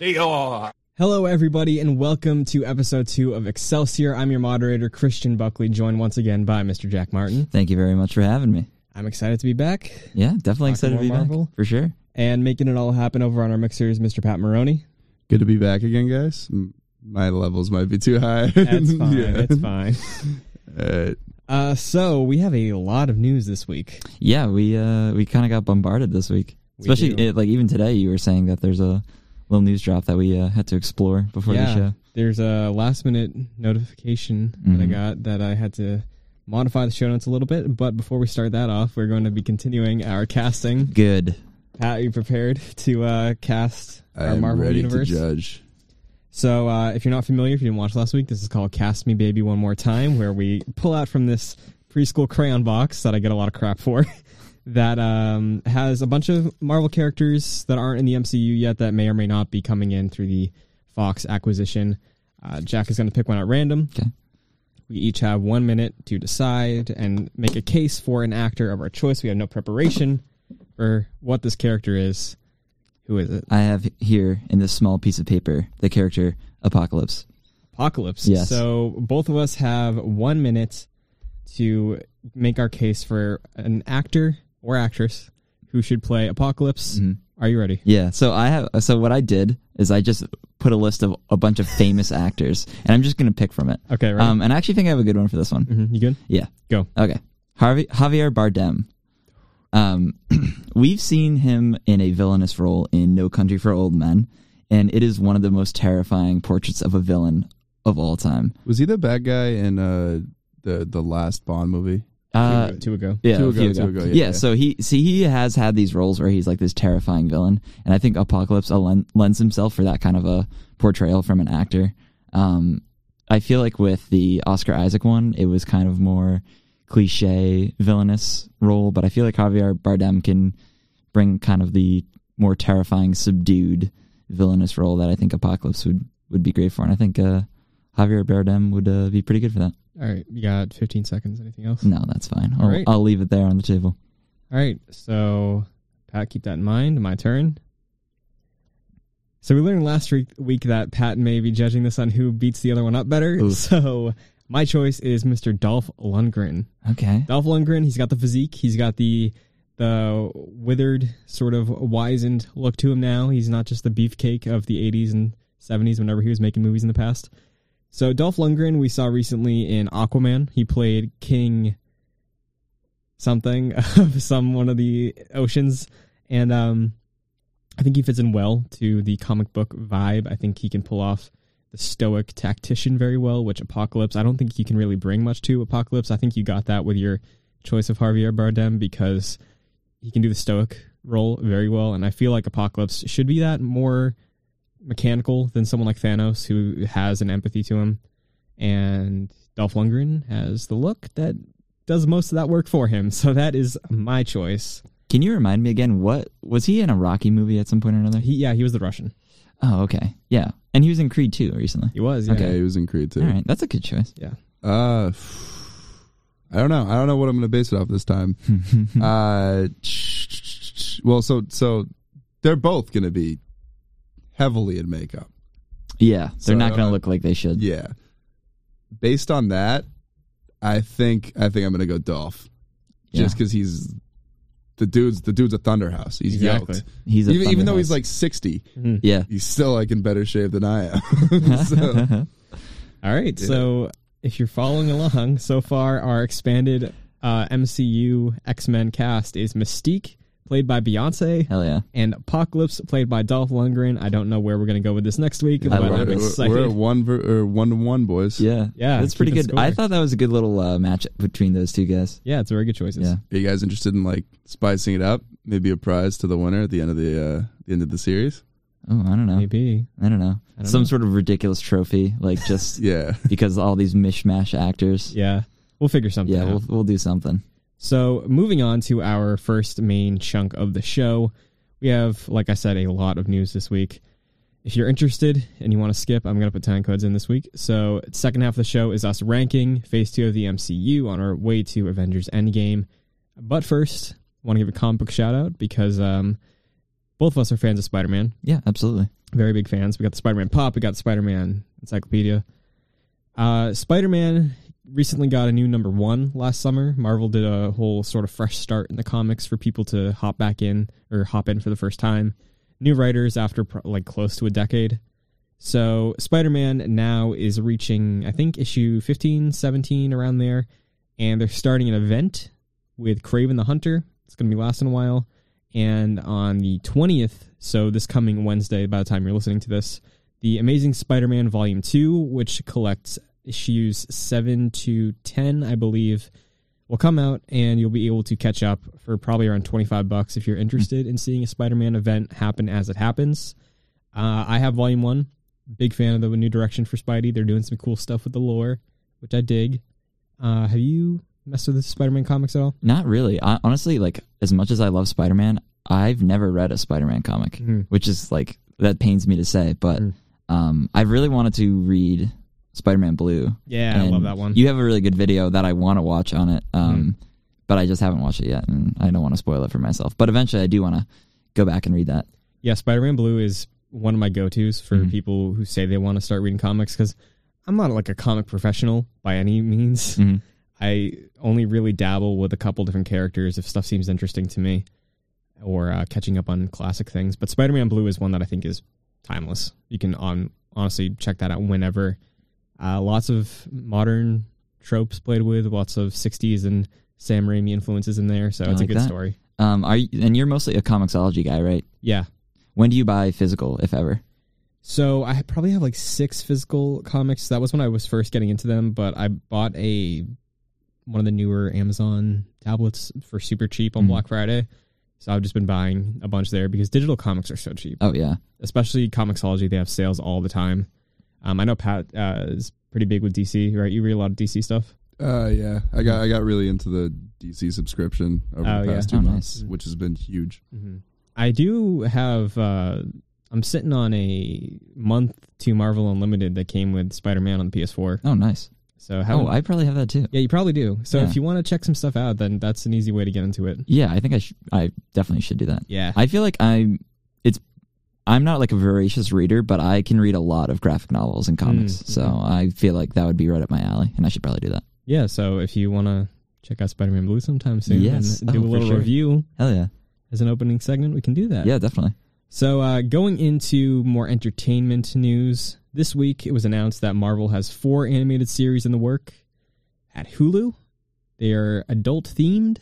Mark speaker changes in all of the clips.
Speaker 1: Excelsior!
Speaker 2: Hello, everybody, and welcome to episode two of Excelsior. I'm your moderator, Christian Buckley, joined once again by Mr. Jack Martin.
Speaker 3: Thank you very much for having me.
Speaker 2: I'm excited to be back
Speaker 3: Yeah, definitely excited
Speaker 2: more
Speaker 3: to be
Speaker 2: Marvel?
Speaker 3: back for sure.
Speaker 2: and making it all happen over on our mixers, Mr. Pat Maroney.
Speaker 4: Good to be back again, guys. M- My levels might be too high.
Speaker 2: That's fine. It's fine.
Speaker 4: Alright.
Speaker 2: Uh, so we have a lot of news this week.
Speaker 3: Yeah, we uh we kind of got bombarded this week,
Speaker 2: We
Speaker 3: especially
Speaker 2: do.
Speaker 3: it, like even today. You were saying that there's a little news drop that we uh, had to explore before the show.
Speaker 2: there's a last minute notification that I
Speaker 3: Mhm.
Speaker 2: got that I had to modify the show notes a little bit. But before we start that off, we're going to be continuing our casting.
Speaker 3: Good.
Speaker 2: Pat, are you prepared to uh, cast our
Speaker 4: I'm
Speaker 2: Marvel
Speaker 4: ready
Speaker 2: universe?
Speaker 4: to judge.
Speaker 2: So, uh, if you're not familiar, if you didn't watch last week, this is called Cast Me Baby One More Time, where we pull out from this preschool crayon box that I get a lot of crap for that um, has a bunch of Marvel characters that aren't in the MCU yet that may or may not be coming in through the Fox acquisition. Uh, Jack is going to pick one at random.
Speaker 3: Okay.
Speaker 2: We each have one minute to decide and make a case for an actor of our choice. We have no preparation for what this character is. Who is it?
Speaker 3: I have here in this small piece of paper the character Apocalypse.
Speaker 2: Apocalypse.
Speaker 3: Yes.
Speaker 2: So both of us have one minute to make our case for an actor or actress who should play Apocalypse.
Speaker 3: Mm-hmm.
Speaker 2: Are you ready?
Speaker 3: Yeah. So I have. uh, So what I did is I just put a list of a bunch of famous actors, and I'm just gonna pick from it.
Speaker 2: Okay, right.
Speaker 3: Um, and I actually think I have a good one for this one.
Speaker 2: Mhm, You good?
Speaker 3: Yeah.
Speaker 2: Go.
Speaker 3: Okay. Harvey, Javier Bardem. Um, we've seen him in a villainous role in No Country for Old Men, and it is one of the most terrifying portraits of a villain of all time.
Speaker 4: Was he the bad guy in uh, the the last Bond movie?
Speaker 3: Uh,
Speaker 2: Two ago.
Speaker 3: yeah,
Speaker 4: Two
Speaker 3: a
Speaker 4: ago,
Speaker 3: few
Speaker 4: two ago, yeah,
Speaker 3: yeah,
Speaker 4: yeah.
Speaker 3: So he, see, he has had these roles where he's like this terrifying villain, and I think Apocalypse alen- lends himself for that kind of a portrayal from an actor. Um, I feel like with the Oscar Isaac one, it was kind of more cliche villainous role, but I feel like Javier Bardem can bring kind of the more terrifying, subdued villainous role that I think Apocalypse would would be great for, and I think uh, Javier Bardem would uh, be pretty good for that.
Speaker 2: All right. You got 15 seconds. Anything else?
Speaker 3: No, that's fine. I'll,
Speaker 2: All right.
Speaker 3: I'll leave it there on the table.
Speaker 2: All right. So, Pat, keep that in mind. My turn. So, we learned last week, week that Pat may be judging this on who beats the other one up better.
Speaker 3: Oof.
Speaker 2: So, my choice is Mr. Dolph Lundgren.
Speaker 3: Okay.
Speaker 2: Dolph Lundgren, he's got the physique, he's got the the withered, sort of wizened look to him now. He's not just the beefcake of the 80s and 70s whenever he was making movies in the past. So Dolph Lundgren, we saw recently in Aquaman. He played King something of some one of the oceans and um I think he fits in well to the comic book vibe. I think he can pull off the stoic tactician very well, which Apocalypse, I don't think he can really bring much to Apocalypse. I think you got that with your choice of Javier Bardem because he can do the stoic role very well. And I feel like Apocalypse should be that more mechanical than someone like Thanos who has an empathy to him. And Dolph Lundgren has the look that does most of that work for him. So that is my choice.
Speaker 3: Can you remind me again? What was he in a Rocky movie at some point or another?
Speaker 2: He, yeah, he was the Russian.
Speaker 3: Oh, okay, yeah, and he was in Creed too recently.
Speaker 2: He was. Yeah.
Speaker 4: Yeah, he was in Creed too.
Speaker 3: All right, that's a good choice.
Speaker 4: Uh, I don't know. I don't know what I'm going to base it off this time. uh, well, so so they're both going to be heavily in makeup.
Speaker 3: Yeah, they're
Speaker 4: So,
Speaker 3: not going
Speaker 4: uh,
Speaker 3: to look like they should.
Speaker 4: Yeah. Based on that, I think I think I'm going to go Dolph,
Speaker 3: Yeah.
Speaker 4: just because he's the dude's the dude's a thunderhouse. He's
Speaker 2: Exactly.
Speaker 4: yoked.
Speaker 3: He's a
Speaker 4: even, even though he's
Speaker 3: thunderhouse.
Speaker 4: like 60
Speaker 2: Mhm.
Speaker 3: yeah.
Speaker 4: he's still like in better shape than i am so,
Speaker 3: Uh-huh.
Speaker 2: All right.
Speaker 4: Yeah.
Speaker 2: So if you're following along, so far our expanded uh, MCU X Men cast is Mystique, played by Beyonce,
Speaker 3: Hell yeah!
Speaker 2: and Apocalypse, played by Dolph Lundgren. I don't know where we're going to go with this next week, but
Speaker 3: love
Speaker 2: I'm
Speaker 3: it.
Speaker 4: we're,
Speaker 2: excited.
Speaker 4: we're at one ver, or one to one boys
Speaker 3: Yeah,
Speaker 2: Yeah,
Speaker 3: that's pretty
Speaker 2: keeping
Speaker 3: good. I
Speaker 2: score.
Speaker 3: thought that was a good little uh, match between those two guys.
Speaker 2: yeah, it's very good choices.
Speaker 3: Yeah.
Speaker 4: are you guys interested in like spicing it up maybe a prize to the winner at the end of the uh the end of the series
Speaker 3: Oh, I don't know.
Speaker 2: Maybe.
Speaker 3: I don't know.
Speaker 2: I don't
Speaker 3: Some
Speaker 2: know.
Speaker 3: sort of ridiculous trophy, like just
Speaker 4: yeah
Speaker 3: because all these mishmash actors.
Speaker 2: Yeah. We'll figure something
Speaker 3: Yeah,
Speaker 2: out.
Speaker 3: we'll we'll do something.
Speaker 2: So, moving on to our first main chunk of the show, we have, like I said, a lot of news this week. If you're interested and you want to skip, I'm going to put time codes in this week. So, second half of the show is us ranking phase two of the MCU on our way to Avengers Endgame. But first, want to give a comic book shout out because um, both of us are fans of Spider Man.
Speaker 3: Yeah, absolutely.
Speaker 2: Very big fans. We got the Spider Man Pop. We got Spider Man Encyclopedia. Uh, Spider Man recently got a new number one last summer. Marvel did a whole sort of fresh start in the comics for people to hop back in or hop in for the first time. New writers after pro- like close to a decade. So Spider Man now is reaching, I think, issue 15, 17, around there. And they're starting an event with Craven the Hunter. It's going to be lasting a while. And on the 20th, so this coming Wednesday, by the time you're listening to this, The Amazing Spider Man Volume 2, which collects issues 7 to 10, I believe, will come out and you'll be able to catch up for probably around 25 bucks if you're interested in seeing a Spider Man event happen as it happens. Uh, I have Volume 1. Big fan of the new direction for Spidey. They're doing some cool stuff with the lore, which I dig. Uh, have you messed with the Spider Man comics at all?
Speaker 3: Not really. I, honestly, like as much as I love Spider Man, I've never read a Spider Man comic,
Speaker 2: Mhm.
Speaker 3: which is like that pains me to say, but
Speaker 2: Mm.
Speaker 3: um, I really wanted to read Spider Man Blue.
Speaker 2: Yeah, I
Speaker 3: and
Speaker 2: love that one. Hmm.
Speaker 3: You have a really good video that I want to watch on it, um, but I just haven't watched it yet, and I don't want to spoil it for myself. But eventually, I do want to go back and read that.
Speaker 2: yeah, Spider Man Blue is one of my go tos for
Speaker 3: Mhm.
Speaker 2: people who say they want to start reading comics because I'm not like a comic professional by any means.
Speaker 3: Mhm.
Speaker 2: I only really dabble with a couple different characters if stuff seems interesting to me or uh, catching up on classic things. But Spider Man Blue is one that I think is timeless. You can on, honestly check that out whenever. Uh, lots of modern tropes played with, lots of 60s and Sam Raimi influences in there. So
Speaker 3: I
Speaker 2: it's a
Speaker 3: like
Speaker 2: good
Speaker 3: that.
Speaker 2: story.
Speaker 3: Um, are you, and you're mostly a comicsology guy, right?
Speaker 2: Yeah.
Speaker 3: When do you buy physical, if ever?
Speaker 2: So I probably have like six physical comics. That was when I was first getting into them, but I bought a one of the newer Amazon tablets for super cheap on
Speaker 3: Mhm.
Speaker 2: Black Friday. So I've just been buying a bunch there because digital comics are so cheap,
Speaker 3: Oh yeah,
Speaker 2: especially Comixology. They have sales all the time. Um, I know Pat uh, is pretty big with DC, right? You read a lot of DC stuff.
Speaker 4: Uh, yeah, I got I got really into the DC subscription over
Speaker 2: Oh,
Speaker 4: the
Speaker 2: yeah.
Speaker 4: past
Speaker 3: Oh,
Speaker 4: two
Speaker 3: nice.
Speaker 4: months, which has been huge.
Speaker 2: I do have. Uh, I'm sitting on a month to Marvel Unlimited that came with Spider Man on the PS4.
Speaker 3: oh nice.
Speaker 2: So haven't-
Speaker 3: oh, I probably have that too.
Speaker 2: Yeah, you probably do. So
Speaker 3: Yeah.
Speaker 2: if you want to check some stuff out, then that's an easy way to get into it.
Speaker 3: Yeah, I think I sh- I definitely should do that.
Speaker 2: Yeah.
Speaker 3: I feel like I'm it's I'm not like a voracious reader, but I can read a lot of graphic novels and comics.
Speaker 2: Mm,
Speaker 3: So
Speaker 2: mhm.
Speaker 3: I feel like that would be right up my alley, and I should probably do that.
Speaker 2: Yeah, so if you want to check out Spider Man Blue sometime soon
Speaker 3: Yes.
Speaker 2: and do
Speaker 3: Oh,
Speaker 2: a
Speaker 3: for
Speaker 2: little
Speaker 3: sure.
Speaker 2: review
Speaker 3: Hell yeah,
Speaker 2: as an opening segment, we can do that.
Speaker 3: yeah, definitely.
Speaker 2: So uh, going into more entertainment news, this week it was announced that Marvel has four animated series in the work at Hulu. They are adult themed,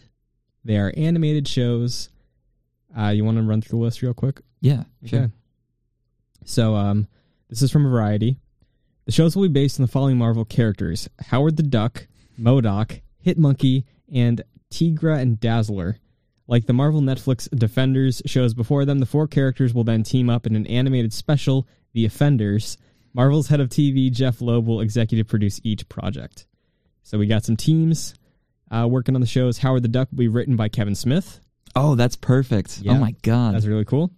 Speaker 2: they are animated shows. Uh, you want to run through the list real quick?
Speaker 3: Yeah, sure.
Speaker 2: Okay. So, um, this is from Variety. The shows will be based on the following Marvel characters: Howard the Duck, Modoc, Hitmonkey, and Tigra and Dazzler. Like the Marvel Netflix Defenders shows before them, the four characters will then team up in an animated special, The Offenders. Marvel's head of TV, Jeff Loeb, will executive produce each project. So we got some teams uh, working on the shows. Howard the Duck will be written by Kevin Smith.
Speaker 3: Oh, that's perfect.
Speaker 2: Yeah.
Speaker 3: Oh my god.
Speaker 2: That's really cool.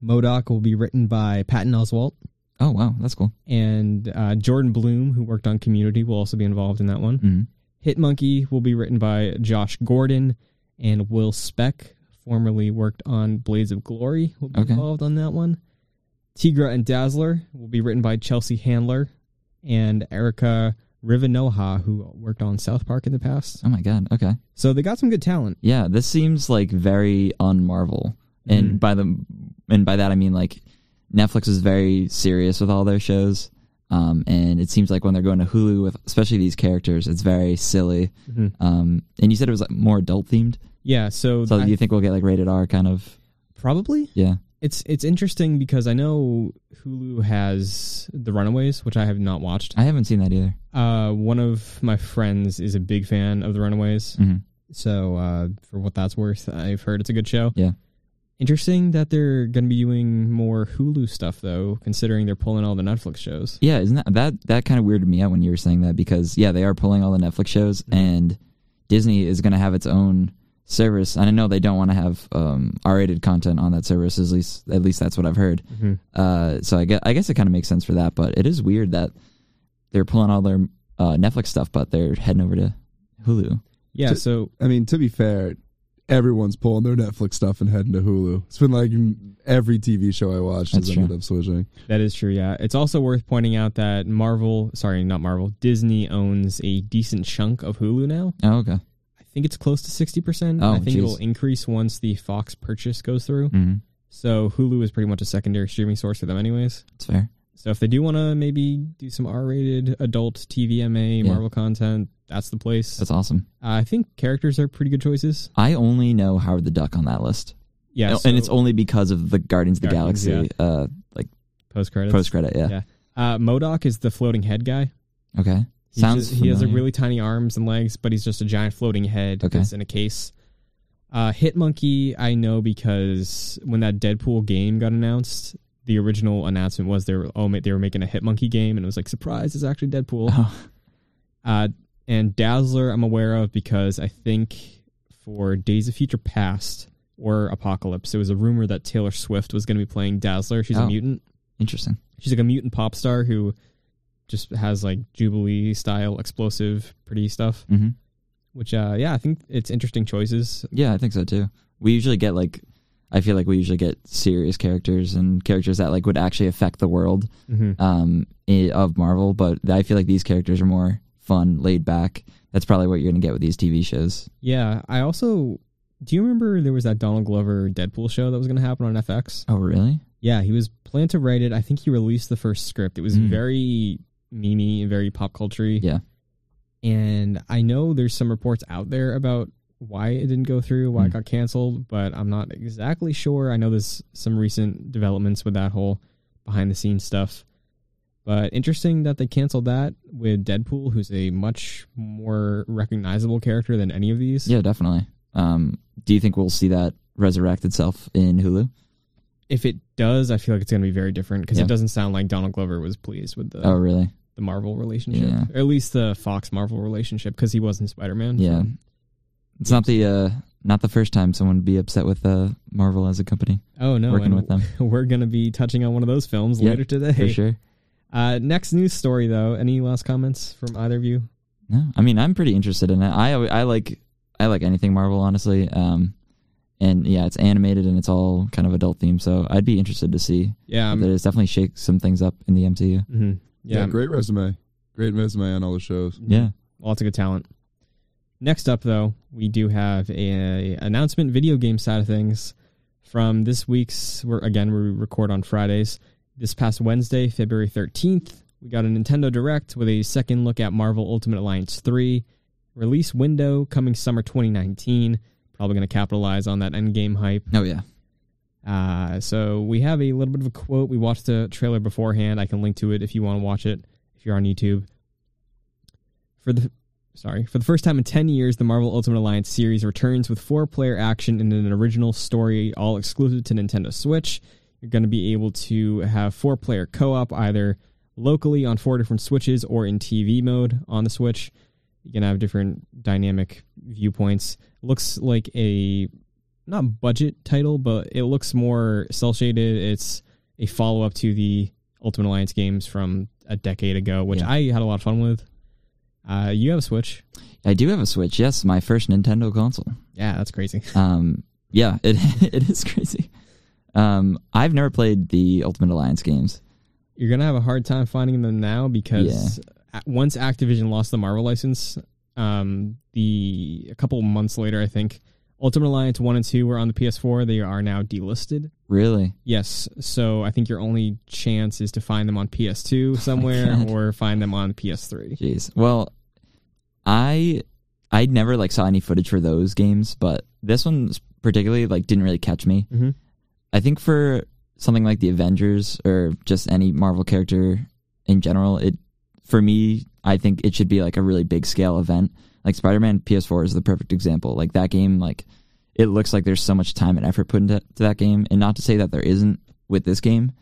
Speaker 2: Modoc will be written by Patton Oswalt.
Speaker 3: oh wow, that's cool.
Speaker 2: and uh, Jordan Bloom, who worked on Community, will also be involved in that one.
Speaker 3: hmm
Speaker 2: Hit Monkey will be written by Josh Gordon and Will Speck, formerly worked on Blades of Glory, will be
Speaker 3: Okay.
Speaker 2: involved on that one. Tigra and Dazzler will be written by Chelsea Handler and Erica Rivenoha, who worked on South Park in the past.
Speaker 3: Oh my god. Okay.
Speaker 2: So they got some good talent.
Speaker 3: Yeah, this seems like very on Marvel, and
Speaker 2: Mhm.
Speaker 3: by the and by that I mean like Netflix is very serious with all their shows, um, and it seems like when they're going to Hulu with especially these characters, it's very silly.
Speaker 2: Mhm.
Speaker 3: Um, and you said it was like more adult themed,
Speaker 2: Yeah, so,
Speaker 3: so
Speaker 2: I-
Speaker 3: do you think we'll get like rated R kind of?
Speaker 2: probably
Speaker 3: Yeah.
Speaker 2: it's it's interesting because I know Hulu has The Runaways, which I have not watched.
Speaker 3: I haven't seen that either.
Speaker 2: Uh, one of my friends is a big fan of The Runaways,
Speaker 3: Mhm.
Speaker 2: so uh, for what that's worth, I've heard it's a good show.
Speaker 3: Yeah.
Speaker 2: Interesting that they're going to be doing more Hulu stuff though, considering they're pulling all the Netflix shows.
Speaker 3: Yeah, isn't that that that kind of weirded me out when you were saying that because yeah, they are pulling all the Netflix shows and Disney is going to have its own service. And I know they don't want to have um, R-rated content on that service. At least at least that's what I've heard. Uh, so I guess, I guess it kind of makes sense for that. But it is weird that they're pulling all their uh, Netflix stuff, but they're heading over to Hulu.
Speaker 2: Yeah,
Speaker 4: To-
Speaker 2: so
Speaker 4: I mean, to be fair, everyone's pulling their Netflix stuff and heading to Hulu. It's been like n- every TV show I watched has
Speaker 3: That's
Speaker 4: ended
Speaker 3: true.
Speaker 4: up switching.
Speaker 2: That is true, yeah. It's also worth pointing out that Marvel, sorry, not Marvel, Disney owns a decent chunk of Hulu now.
Speaker 3: Oh, okay.
Speaker 2: I think it's close to 60%.
Speaker 3: Oh,
Speaker 2: I think
Speaker 3: jeez.
Speaker 2: it'll increase once the Fox purchase goes through.
Speaker 3: hmm
Speaker 2: So Hulu is pretty much a secondary streaming source for them, anyways.
Speaker 3: That's fair.
Speaker 2: So if they do want to maybe do some R-rated adult TVMA
Speaker 3: Yeah.
Speaker 2: Marvel content, that's the place. Uh,
Speaker 3: That's awesome.
Speaker 2: I think characters are pretty good choices.
Speaker 3: I only know Howard the Duck on that list,
Speaker 2: Yeah,
Speaker 3: Oh, and, and it's only because of the Guardians of the
Speaker 2: Guardians,
Speaker 3: Galaxy uh,
Speaker 2: post credits.
Speaker 3: post credit. Yeah.
Speaker 2: Yeah. Uh, Modoc is the floating head guy.
Speaker 3: Okay.
Speaker 2: He's
Speaker 3: Sounds.
Speaker 2: just- he has a
Speaker 3: familiar.
Speaker 2: really tiny arms and legs, but he's just a giant floating head
Speaker 3: Okay.
Speaker 2: that's in a case. Uh, Hit Monkey, I know because when that Deadpool game got announced, the original announcement was they were oh ma- they were making a Hit Monkey game, and it was like surprise, it's actually Deadpool.
Speaker 3: Oh,
Speaker 2: Uh, and Dazzler, I'm aware of because I think for Days of Future Past or Apocalypse, it was a rumor that Taylor Swift was going to be playing Dazzler. She's a
Speaker 3: Oh.
Speaker 2: mutant.
Speaker 3: interesting.
Speaker 2: She's like a mutant pop star who just has like Jubilee style, explosive, pretty stuff.
Speaker 3: hmm
Speaker 2: Which, uh, yeah, I think it's interesting choices.
Speaker 3: Yeah, I think so too. We usually get like, I feel like we usually get serious characters and characters that like would actually affect the world
Speaker 2: Mm-hmm.
Speaker 3: um, i- of Marvel. But I feel like these characters are more fun, laid back. That's probably what you're gonna get with these TV shows.
Speaker 2: Yeah, I also do you remember there was that Donald Glover Deadpool show that was going to happen on FX?
Speaker 3: Oh, really?
Speaker 2: Yeah, he was planned to write it. I think he released the first script. It was
Speaker 3: Mm.
Speaker 2: very memey and very pop culture.
Speaker 3: Yeah.
Speaker 2: And I know there's some reports out there about why it didn't go through, why it
Speaker 3: Mm.
Speaker 2: got canceled, but I'm not exactly sure. I know there's some recent developments with that whole behind the scenes stuff. But interesting that they canceled that with Deadpool, who's a much more recognizable character than any of these.
Speaker 3: Yeah, definitely. Um, do you think we'll see that resurrect itself in Hulu?
Speaker 2: If it does, I feel like it's going to be very different because
Speaker 3: Yeah.
Speaker 2: it doesn't sound like Donald Glover was pleased with the
Speaker 3: Oh, really?
Speaker 2: the Marvel relationship,
Speaker 3: Yeah.
Speaker 2: or at least the Fox Marvel relationship, because he wasn't Spider Man.
Speaker 3: Yeah. It's not the uh, not the first time someone would be upset with uh, Marvel as a company
Speaker 2: Oh no,
Speaker 3: working
Speaker 2: and
Speaker 3: with them
Speaker 2: we're gonna be touching on one of those films
Speaker 3: Yeah,
Speaker 2: later today.
Speaker 3: for sure.
Speaker 2: Uh, next news story, though. Any last comments from either of you?
Speaker 3: No, I mean I'm pretty interested in it. I alwa- I like I like anything Marvel, honestly. Um, and yeah, it's animated and it's all kind of adult themed, so I'd be interested to see.
Speaker 2: Yeah,
Speaker 3: that it's definitely shakes some things up in the MCU.
Speaker 2: hmm
Speaker 4: Yeah,
Speaker 2: yeah, Mm-hmm.
Speaker 4: great resume. Great resume on all the shows.
Speaker 3: Yeah.
Speaker 2: lots of good talent. Next up, though, we do have a announcement video game side of things from this week's. We're again we record on Fridays. This past Wednesday, February thirteenth, we got a Nintendo Direct with a second look at Marvel Ultimate Alliance three release window coming summer twenty nineteen. Probably going to capitalize on that endgame hype.
Speaker 3: Oh yeah.
Speaker 2: Uh, so we have a little bit of a quote. We watched the trailer beforehand. I can link to it if you want to watch it if you're on YouTube. For the sorry, for the first time in 10 years, the Marvel Ultimate Alliance series returns with four-player action in an original story all exclusive to Nintendo Switch. You're going to be able to have four-player co-op either locally on four different switches or in TV mode on the Switch. You can have different dynamic viewpoints. Looks like a not budget title, but it looks more cel shaded. It's a follow up to the Ultimate Alliance games from a decade ago, which
Speaker 3: Yeah.
Speaker 2: I had a lot of fun with. Uh, you have a Switch.
Speaker 3: I do have a Switch. Yes, my first Nintendo console.
Speaker 2: Yeah, that's crazy.
Speaker 3: Um, yeah, it it is crazy. Um, I've never played the Ultimate Alliance games.
Speaker 2: You're gonna have a hard time finding them now because a- once Activision lost the Marvel license, um, the a couple months later, I think Ultimate Alliance one and two were on the PS4. They are now delisted.
Speaker 3: Really?
Speaker 2: Yes, so I think your only chance is to find them on PS2 somewhere
Speaker 3: God.
Speaker 2: or find them on PS3.
Speaker 3: Jeez. Well, I I never like saw any footage for those games, but this one particularly like didn't really catch me.
Speaker 2: Mhm.
Speaker 3: I think for something like the Avengers or just any Marvel character in general, it for me I think it should be like a really big scale event. Like Spider-Man PS4 is the perfect example. Like that game like it looks like there's so much time and effort put into to that game and not to say that there isn't with this game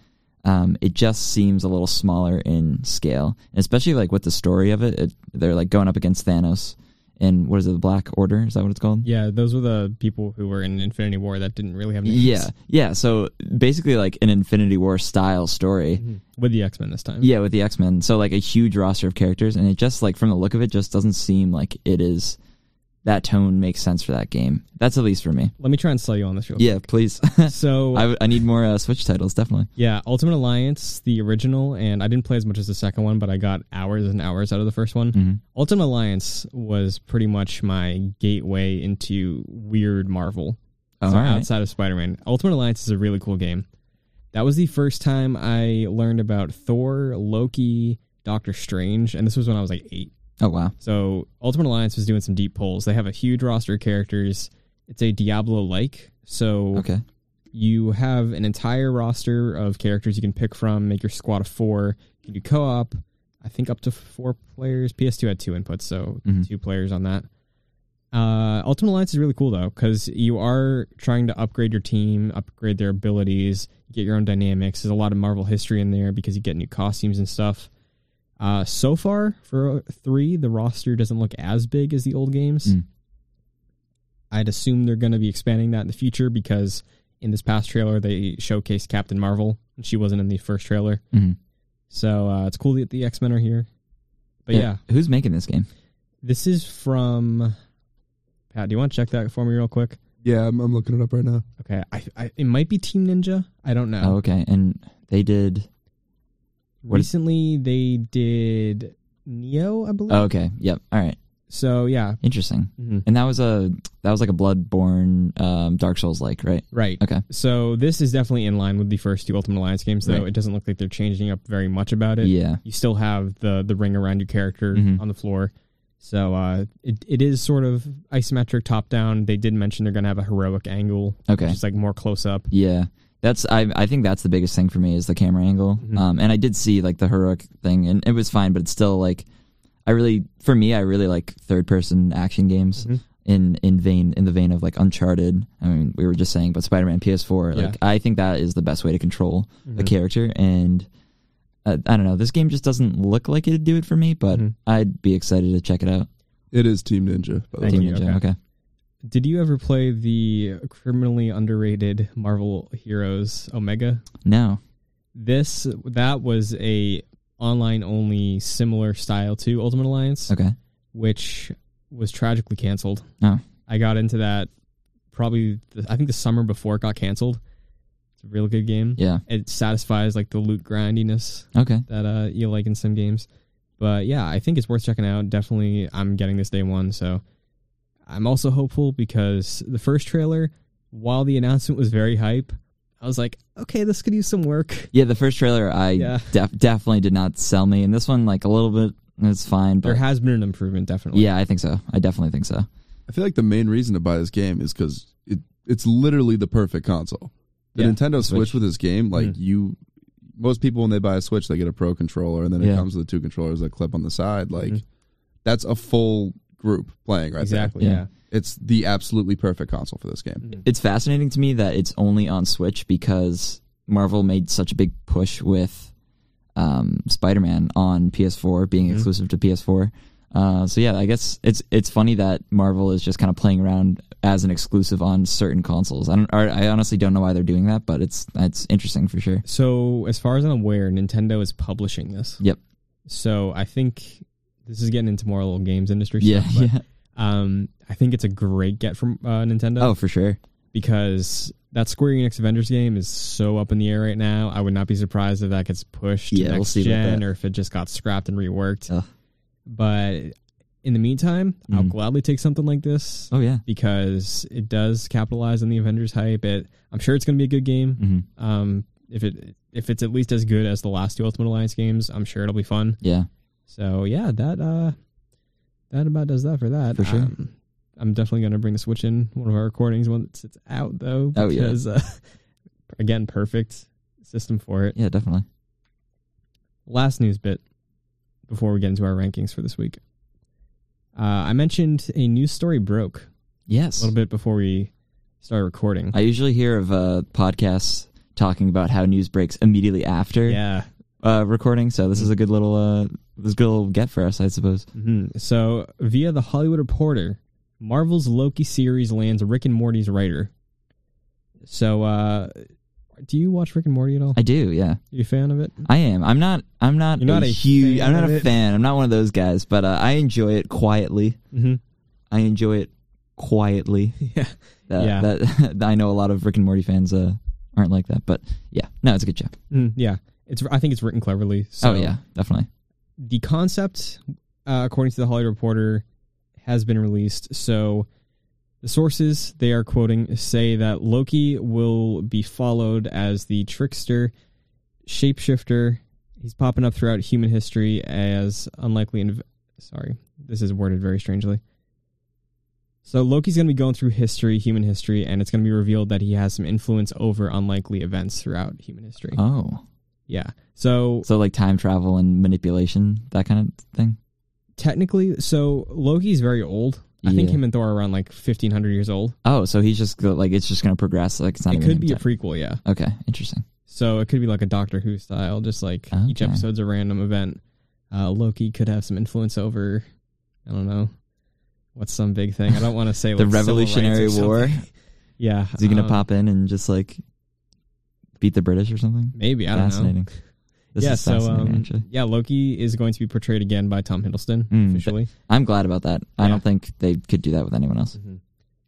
Speaker 3: um, it just seems a little smaller in scale, and especially like with the story of it, it. They're like going up against Thanos in what is it, the Black Order? Is that what it's called?
Speaker 2: Yeah, those were the people who were in Infinity War that didn't really have names.
Speaker 3: Yeah, yeah. So basically, like an Infinity War style story.
Speaker 2: Mhm. with the X Men this time.
Speaker 3: Yeah, with the X Men. So like a huge roster of characters, and it just like from the look of it, just doesn't seem like it is that tone makes sense for that game. That's at least for me.
Speaker 2: Let me try and sell you on this real
Speaker 3: Yeah, please.
Speaker 2: quick. So
Speaker 3: I, w- I need more uh, Switch titles, definitely.
Speaker 2: Yeah, Ultimate Alliance, the original, and I didn't play as much as the second one, but I got hours and hours out of the first one.
Speaker 3: Mhm.
Speaker 2: Ultimate Alliance was pretty much my gateway into weird Marvel.
Speaker 3: Oh,
Speaker 2: so
Speaker 3: all right.
Speaker 2: outside of Spider Man, Ultimate Alliance is a really cool game. That was the first time I learned about Thor, Loki, Doctor Strange, and this was when I was like eight.
Speaker 3: Oh wow.
Speaker 2: So Ultimate Alliance was doing some deep pulls. They have a huge roster of characters. It's a Diablo like. So
Speaker 3: Okay.
Speaker 2: you have an entire roster of characters you can pick from, make your squad of four. You can do co op, I think up to four players. PS2 had two inputs, so
Speaker 3: Mhm.
Speaker 2: two players on that. Uh, Ultimate Alliance is really cool, though, because you are trying to upgrade your team, upgrade their abilities, get your own dynamics. There's a lot of Marvel history in there because you get new costumes and stuff. Uh, so far, for three, the roster doesn't look as big as the old games.
Speaker 3: Mm.
Speaker 2: I'd assume they're going to be expanding that in the future because in this past trailer they showcased Captain Marvel, and she wasn't in the first trailer.
Speaker 3: Mhm.
Speaker 2: So uh, it's cool that the X Men are here. But yeah.
Speaker 3: Who's making this game?
Speaker 2: this is from Pat. Do you want to check that for me real quick?
Speaker 4: Yeah, I'm, I'm looking it up right now.
Speaker 2: Okay, I, I it might be Team Ninja. I don't know.
Speaker 3: Oh, okay. And they did. what is-
Speaker 2: Recently they did Neo, I believe.
Speaker 3: Oh, Mm-hmm. okay. Yep. All right.
Speaker 2: So yeah,
Speaker 3: Interesting.
Speaker 2: Mhm.
Speaker 3: And that was a that was like a Bloodborne, um, Dark Souls like, right?
Speaker 2: right.
Speaker 3: Okay.
Speaker 2: So this is definitely in line with the first two Ultimate Alliance games, though
Speaker 3: Right.
Speaker 2: it doesn't look like they're changing up very much about it.
Speaker 3: Yeah.
Speaker 2: you still have the the ring around your character
Speaker 3: Mhm.
Speaker 2: on the floor. So uh, it it is sort of isometric top down. They did mention they're going to have a heroic angle,
Speaker 3: Okay.
Speaker 2: which is like more close up.
Speaker 3: Yeah. That's I I think that's the biggest thing for me is the camera angle.
Speaker 2: Mhm.
Speaker 3: Um and I did see like the heroic thing and it was fine, but it's still like I really for me I really like third person action games
Speaker 2: Mhm.
Speaker 3: in in vein in the vein of like Uncharted. I mean, we were just saying but Spider-Man PS4, like
Speaker 2: Yeah. Mm-hmm.
Speaker 3: I think that is the best way to control a character and uh, I don't know. This game just doesn't look like it'd do it for me, but
Speaker 2: Mhm.
Speaker 3: I'd be excited to check it out.
Speaker 4: It is Team Ninja. By the
Speaker 2: Thank
Speaker 4: way.
Speaker 2: you, okay.
Speaker 3: Ninja, okay.
Speaker 2: Did you ever play the criminally underrated Marvel Heroes Omega?
Speaker 3: No.
Speaker 2: This that was a online only similar style to Ultimate Alliance,
Speaker 3: Okay.
Speaker 2: which was tragically canceled.
Speaker 3: Oh.
Speaker 2: I got into that probably the, I think the summer before it got canceled. It's a real good game.
Speaker 3: Yeah.
Speaker 2: it satisfies like the loot grindiness
Speaker 3: Okay.
Speaker 2: that uh, you like in some games. But yeah, I think it's worth checking out. Definitely, I'm getting this day one, so I'm also hopeful because the first trailer, while the announcement was very hype, I was like, okay, this could use some work.
Speaker 3: Yeah, the first trailer I
Speaker 2: Yeah.
Speaker 3: def- definitely did not sell me, and this one like a little bit it's fine,
Speaker 2: There
Speaker 3: but
Speaker 2: has been an improvement, definitely.
Speaker 3: yeah, I think so. I definitely think so.
Speaker 4: I feel like the main reason to buy this game is because it it's literally the perfect console. The
Speaker 2: Yeah,
Speaker 4: Nintendo Switch.
Speaker 3: Switch.
Speaker 4: with this game, like
Speaker 2: Mhm.
Speaker 4: you, most people when they buy a Switch, they get a Pro controller, and then it
Speaker 3: Yeah.
Speaker 4: comes with the two controllers that clip on the side. Like
Speaker 2: Mhm.
Speaker 4: that's a full group playing right
Speaker 2: exactly.
Speaker 3: Yeah.
Speaker 2: Yeah.
Speaker 4: there. It's the absolutely perfect console for this game.
Speaker 3: It's fascinating to me that it's only on Switch because Marvel made such a big push with um, Spider-Man on PS4 being
Speaker 2: Mhm.
Speaker 3: exclusive to PS4. Uh, so yeah, I guess it's it's funny that Marvel is just kind of playing around as an exclusive on certain consoles. I don't, or I honestly don't know why they're doing that, but it's it's interesting for sure.
Speaker 2: So, as far as I'm aware, Nintendo is publishing this.
Speaker 3: Yep.
Speaker 2: So, I think this is getting into more little games industry
Speaker 3: Yeah,
Speaker 2: stuff. but,
Speaker 3: yeah.
Speaker 2: Um, I think it's a great get from uh, Nintendo.
Speaker 3: Oh, for sure.
Speaker 2: because that Square Enix Avengers game is so up in the air right now. I would not be surprised if that gets pushed
Speaker 3: Yeah,
Speaker 2: to
Speaker 3: we'll
Speaker 2: next
Speaker 3: see about
Speaker 2: gen
Speaker 3: that.
Speaker 2: or if it just got scrapped and reworked.
Speaker 3: Ugh.
Speaker 2: But in the meantime, I'll
Speaker 3: Mhm.
Speaker 2: gladly take something like this
Speaker 3: Oh yeah.
Speaker 2: because it does capitalize on the Avengers hype. It, I'm sure it's going to be a good game.
Speaker 3: hmm
Speaker 2: Um, if it if it's at least as good as the last two Ultimate Alliance games, I'm sure it'll be fun.
Speaker 3: Yeah.
Speaker 2: So yeah, that uh, that about does that for that.
Speaker 3: For sure.
Speaker 2: Um, I'm definitely going to bring the Switch in one of our recordings once it's out, though.
Speaker 3: Oh, yeah.
Speaker 2: Because, uh, again, perfect system for it.
Speaker 3: Yeah, definitely.
Speaker 2: Last news bit before we get into our rankings for this week. Uh, I mentioned a news story broke a
Speaker 3: Yes.
Speaker 2: little bit before we started recording.
Speaker 3: I usually hear of uh, podcasts talking about how news breaks immediately after
Speaker 2: yeah.
Speaker 3: uh, recording, so this is a good little uh, this is a good little get for us, I suppose.
Speaker 2: hmm So, via the Hollywood Reporter, Marvel's Loki series lands Rick and Morty's writer. So, uh, do you watch Rick and Morty at all?
Speaker 3: I do, yeah.
Speaker 2: you a fan of it?
Speaker 3: I am. I'm not. I'm not.
Speaker 2: You're not a
Speaker 3: huge.
Speaker 2: fan
Speaker 3: I'm not
Speaker 2: of
Speaker 3: a
Speaker 2: it?
Speaker 3: fan. I'm not one of those guys, but uh, I enjoy it quietly.
Speaker 2: Mm-hmm.
Speaker 3: I enjoy it quietly.
Speaker 2: yeah.
Speaker 3: That,
Speaker 2: Yeah.
Speaker 3: that I know a lot of Rick and Morty fans uh, aren't like that, but yeah, no, it's a good show.
Speaker 2: Mm, yeah. It's I think it's written cleverly. So
Speaker 3: Mm-hmm. oh yeah, definitely.
Speaker 2: the concept, uh, according to the Hollywood Reporter, has been released. So the sources they are quoting say that Loki will be followed as the trickster, shapeshifter. He's popping up throughout human history as unlikely. Inv- Sorry, this is worded very strangely. So Loki's going to be going through history, human history, and it's going to be revealed that he has some influence over unlikely events throughout human history.
Speaker 3: Oh,
Speaker 2: Yeah. So
Speaker 3: so like time travel and manipulation, that kind of thing.
Speaker 2: technically so loki's very old i think
Speaker 3: Yeah.
Speaker 2: him and thor are around like 1500 years old
Speaker 3: Oh, so he's just go, like it's just gonna progress. Like it's not
Speaker 2: it
Speaker 3: even
Speaker 2: could be
Speaker 3: gonna
Speaker 2: a prequel yeah
Speaker 3: be okay. Interesting.
Speaker 2: so it could be like a doctor who style just like each
Speaker 3: Ah, Okay.
Speaker 2: episode's a random event uh, loki could have some influence over i don't know what's some big thing i don't want to say
Speaker 3: the
Speaker 2: like, civil rights or
Speaker 3: Revolutionary War.
Speaker 2: something. yeah
Speaker 3: Is he gonna
Speaker 2: um,
Speaker 3: pop in and just like beat the British or something?
Speaker 2: maybe i don't know
Speaker 3: fascinating. This
Speaker 2: yeah
Speaker 3: is
Speaker 2: so
Speaker 3: fascinating.
Speaker 2: um,
Speaker 3: actually,
Speaker 2: yeah loki is going to be portrayed again by tom hiddleston
Speaker 3: Mm,
Speaker 2: officially
Speaker 3: I'm glad about that. I
Speaker 2: yeah.
Speaker 3: don't think they could do that with anyone else.
Speaker 2: Mm-hmm.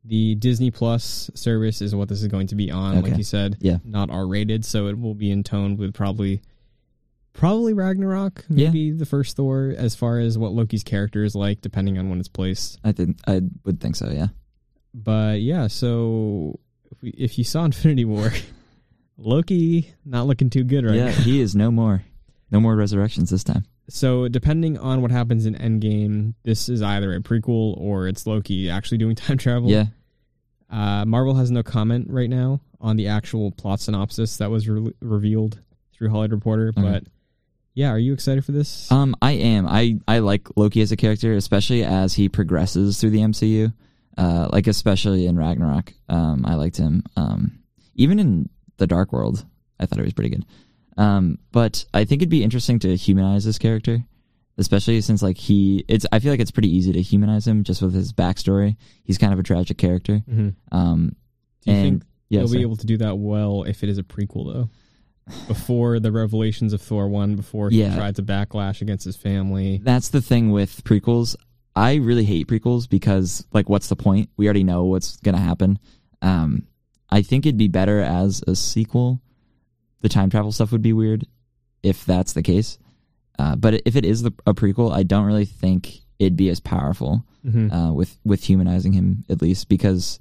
Speaker 2: The Disney Plus service is what this is going to be on, like
Speaker 3: Okay.
Speaker 2: you said.
Speaker 3: Yeah.
Speaker 2: Not R rated, so it will be in tone with probably probably Ragnarok,
Speaker 3: Yeah.
Speaker 2: maybe the first Thor, as far as what Loki's character is like, depending on when it's placed.
Speaker 3: I think I would think so. Yeah.
Speaker 2: But yeah, so if, we, if you saw Infinity War, Loki not looking too good right
Speaker 3: Yeah,
Speaker 2: now.
Speaker 3: he is no more. No more resurrections this time.
Speaker 2: So depending on what happens in Endgame, this is either a prequel or it's Loki actually doing time travel.
Speaker 3: yeah.
Speaker 2: Uh, Marvel has no comment right now on the actual plot synopsis that was re- revealed through Hollywood Reporter,
Speaker 3: Okay.
Speaker 2: but yeah, are you excited for this?
Speaker 3: Um, I am. I, I like Loki as a character, especially as he progresses through the MCU. Uh, like especially in Ragnarok. Um, I liked him. Um, even in the Dark World, I thought it was pretty good. Um, but I think it'd be interesting to humanize this character, especially since like he, it's. I feel like it's pretty easy to humanize him just with his backstory. He's kind of a tragic character.
Speaker 2: mm-hmm.
Speaker 3: Um,
Speaker 2: Do you
Speaker 3: and
Speaker 2: think
Speaker 3: yeah,
Speaker 2: they'll
Speaker 3: sorry.
Speaker 2: be able to do that well if it is a prequel, though? Before the revelations of Thor 1, before he
Speaker 3: Yeah.
Speaker 2: tried to backlash against his family.
Speaker 3: that's the thing with prequels. I really hate prequels because, like, what's the point? We already know what's going to happen. Um, I think it'd be better as a sequel. The time travel stuff would be weird if that's the case. Uh, but if it is the, a prequel, I don't really think it'd be as powerful
Speaker 2: Mhm.
Speaker 3: uh, with with humanizing him at least because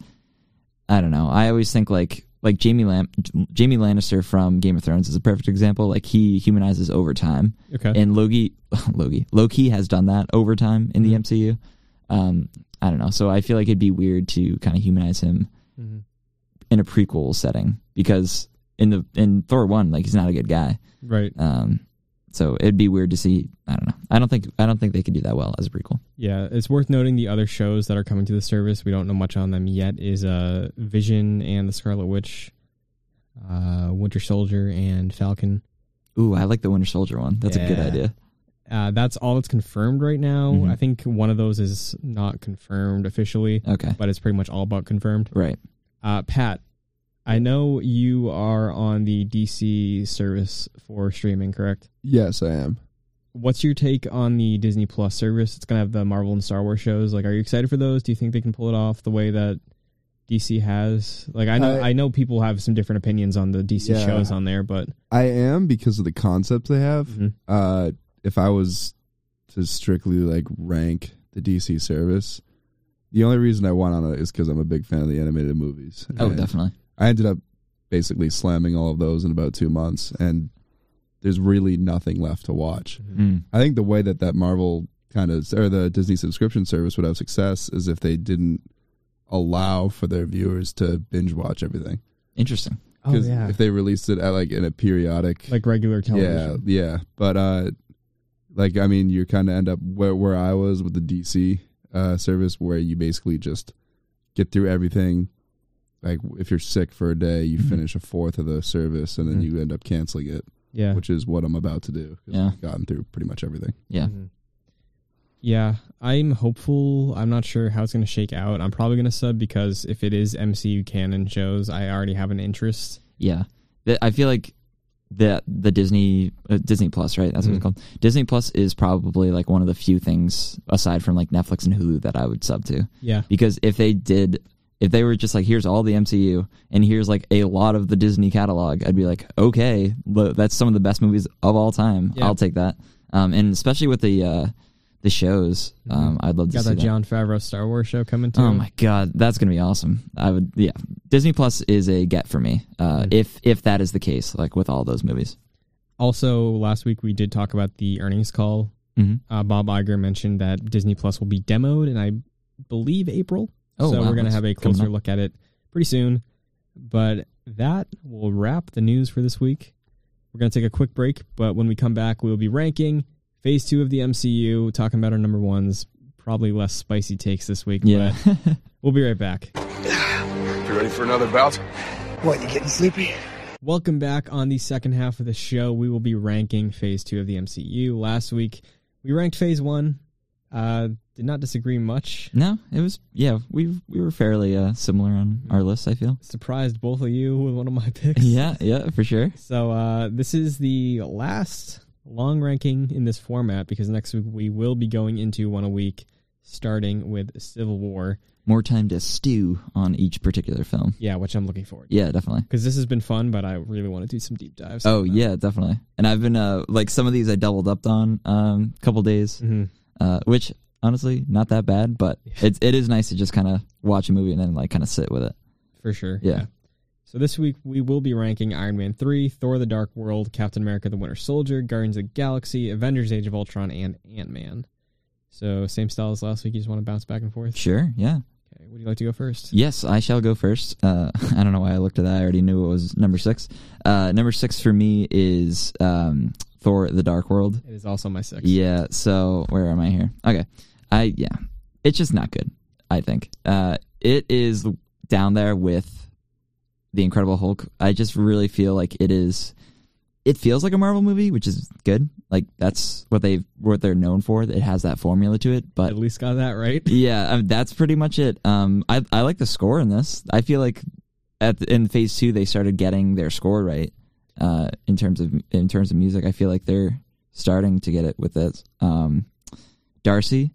Speaker 3: I don't know. I always think like like Jamie Lam- Jamie Lannister from Game of Thrones is a perfect example. Like he humanizes over time.
Speaker 2: okay.
Speaker 3: And Loki, Loki, Loki has done that over time in
Speaker 2: Mhm.
Speaker 3: the MCU. Um, I don't know, so I feel like it'd be weird to kind of humanize him
Speaker 2: Mhm.
Speaker 3: in a prequel setting because in the in Thor one, like he's not a good guy.
Speaker 2: Right.
Speaker 3: Um, so it'd be weird to see. I don't know. I don't think I don't think they could do that well as a prequel.
Speaker 2: Yeah. It's worth noting the other shows that are coming to the service. We don't know much on them yet. Is uh, Vision and the Scarlet Witch, uh, Winter Soldier, and Falcon.
Speaker 3: Ooh, I like the Winter Soldier one. That's a good
Speaker 2: Yeah.
Speaker 3: idea.
Speaker 2: Uh, that's all that's confirmed right now.
Speaker 4: Mm-hmm.
Speaker 3: Mhm.
Speaker 2: I think one of those is not confirmed officially,
Speaker 3: Okay,
Speaker 2: but it's pretty much all but confirmed.
Speaker 3: right.
Speaker 2: Uh, Pat, I know you are on the DC service for streaming, correct?
Speaker 4: Yes, I am.
Speaker 2: What's your take on the Disney Plus service? It's gonna have the Marvel and Star Wars shows. Like, are you excited for those? Do you think they can pull it off the way that DC has? Like, I know I,
Speaker 4: I-
Speaker 2: know people have some different opinions on the DC
Speaker 4: Uh, Yeah.
Speaker 2: shows on there, but
Speaker 4: I am because of the concepts they have.
Speaker 3: Mm-hmm.
Speaker 2: Mhm.
Speaker 4: Uh, if I was to strictly like rank the DC service, the only reason I want on it is because I'm a big fan of the animated movies.
Speaker 3: Oh,
Speaker 4: And
Speaker 3: definitely.
Speaker 4: I ended up basically slamming all of those in about two months, and there's really nothing left to watch.
Speaker 2: Mm-hmm.
Speaker 3: Mm.
Speaker 4: I think the way that that Marvel kind of or the Disney subscription service would have success is if they didn't allow for their viewers to binge watch everything.
Speaker 3: Interesting.
Speaker 4: Because if they released it at like in a periodic,
Speaker 2: Oh, Mm-hmm. like regular
Speaker 4: Oh, yeah,
Speaker 2: television.
Speaker 4: yeah. But uh, like I mean, you kind of end up where where I was with the DC uh, service, where you basically just get through everything. Like if you're sick for a day, you
Speaker 2: Mm-hmm.
Speaker 3: Mhm.
Speaker 4: finish a fourth of the service, and then
Speaker 2: Mhm.
Speaker 4: you end up canceling it,
Speaker 2: Yeah,
Speaker 4: which is what I'm about to do. 'cause
Speaker 3: Yeah.
Speaker 4: I've gotten through pretty much everything.
Speaker 3: Yeah.
Speaker 2: Mhm. Yeah, I'm hopeful. I'm not sure how it's going to shake out. I'm probably going to sub because if it is MCU canon shows, I already have an interest.
Speaker 3: Yeah. Th- I feel like the the Disney uh, Disney Plus, right?
Speaker 2: Mm.
Speaker 3: That's what it's called. Disney Plus is probably like one of the few things aside from like Netflix and Hulu that I would sub to
Speaker 2: Yeah.
Speaker 3: because if they did if they were just like here's all the MCU and here's like a lot of the Disney catalog, I'd be like, okay, lo- that's some of the best movies of all time.
Speaker 2: Yeah.
Speaker 3: I'll take that. Um, and especially with the uh, the shows, um, I'd love
Speaker 2: Mm-hmm.
Speaker 3: to
Speaker 2: Got
Speaker 3: see
Speaker 2: that
Speaker 3: that.
Speaker 2: John Favreau Star Wars show coming too.
Speaker 3: Oh my god, that's gonna be awesome. I would, yeah. Disney Plus is a get for me. Uh,
Speaker 2: Mm-hmm.
Speaker 3: If if that is the case, like with all those movies.
Speaker 2: Also, last week we did talk about the earnings call.
Speaker 3: Mhm.
Speaker 2: Uh, Bob Iger mentioned that Disney Plus will be demoed, and I believe April.
Speaker 3: Oh,
Speaker 2: so
Speaker 3: wow,
Speaker 2: we're going to
Speaker 3: that's
Speaker 2: have a
Speaker 3: coming
Speaker 2: closer
Speaker 3: up.
Speaker 2: look at it pretty soon. But that will wrap the news for this week. We're going to take a quick break, but when we come back, we'll be ranking phase two of the MCU, talking about our number ones. Probably less spicy takes this week,
Speaker 3: Yeah.
Speaker 2: but we'll be right back.
Speaker 1: You ready for another bout?
Speaker 5: What, you getting sleepy?
Speaker 2: Welcome back on the second half of the show. We will be ranking phase two of the MCU. Last week, we ranked phase one. Uh, did not disagree much.
Speaker 3: no, it was yeah. We we were fairly uh, similar on
Speaker 2: Mm-hmm.
Speaker 3: our list. I feel.
Speaker 2: Surprised both of you with one of my picks.
Speaker 3: Yeah, yeah, for sure.
Speaker 2: So uh, this is the last long ranking in this format because next week we will be going into one a week, starting with Civil War.
Speaker 3: More time to stew on each particular film.
Speaker 2: Yeah, which I'm looking forward to
Speaker 3: Yeah, definitely.
Speaker 2: because this has been fun, but I really want to do some deep dives.
Speaker 3: Oh yeah, definitely. And I've been uh like some of these I doubled up on um couple days.
Speaker 2: Mhm.
Speaker 3: Uh which honestly not that bad, but it's it is nice to just kind of watch a movie and then like kind of sit with it.
Speaker 2: for sure.
Speaker 3: Yeah.
Speaker 2: So this week we will be ranking Iron Man 3, Thor the Dark World, Captain America the Winter Soldier, Guardians of the Galaxy, Avengers Age of Ultron, and Ant-Man. So same style as last week, you just want to bounce back and forth.
Speaker 3: Sure, yeah.
Speaker 2: Okay, would you like to go first?
Speaker 3: Yes, I shall go first. Uh I don't know why I looked at that. I already knew it was number 6. Uh number 6 for me is um Thor the Dark World.
Speaker 2: It is also my sixth.
Speaker 3: Yeah. So where am I here? Okay. I yeah. It's just not good. I think. Uh, it is down there with the Incredible Hulk. I just really feel like it is. It feels like a Marvel movie, which is good. Like that's what they what they're known for. It has that formula to it, but
Speaker 2: At least got that right.
Speaker 3: yeah, um, that's pretty much it. Um, I I like the score in this. I feel like at the, in phase two they started getting their score right. Uh, in terms of in terms of music, I feel like they're starting to get it with this. Um, Darcy,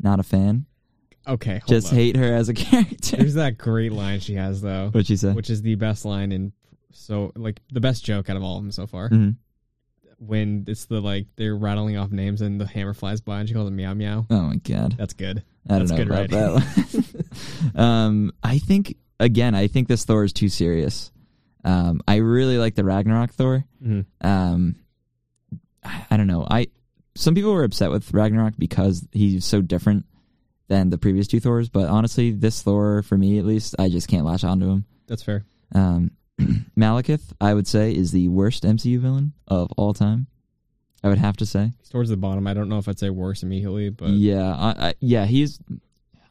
Speaker 3: not a fan.
Speaker 2: Okay, hold
Speaker 3: Just
Speaker 2: up.
Speaker 3: hate her as a character.
Speaker 2: There's that great line she has though,
Speaker 3: What'd she say?
Speaker 2: which is the best line in so like the best joke out of all of them so far.
Speaker 3: Mhm.
Speaker 2: When it's the like they're rattling off names and the hammer flies by and she calls it meow meow.
Speaker 3: Oh my god.
Speaker 2: That's good.
Speaker 3: I don't
Speaker 2: That's
Speaker 3: know
Speaker 2: good
Speaker 3: about that. um, I think again, I think this Thor is too serious. Um, I really like the Ragnarok Thor.
Speaker 2: Mhm.
Speaker 3: Um, I, I don't know. I some people were upset with Ragnarok because he's so different than the previous two Thors, but honestly, this Thor for me at least, I just can't latch onto him.
Speaker 2: That's fair.
Speaker 3: Um, Malekith, I would say, is the worst MCU villain of all time. I would have to say.
Speaker 2: He's towards the bottom. I don't know if I'd say worse immediately, but
Speaker 3: yeah, I, I, yeah, he's.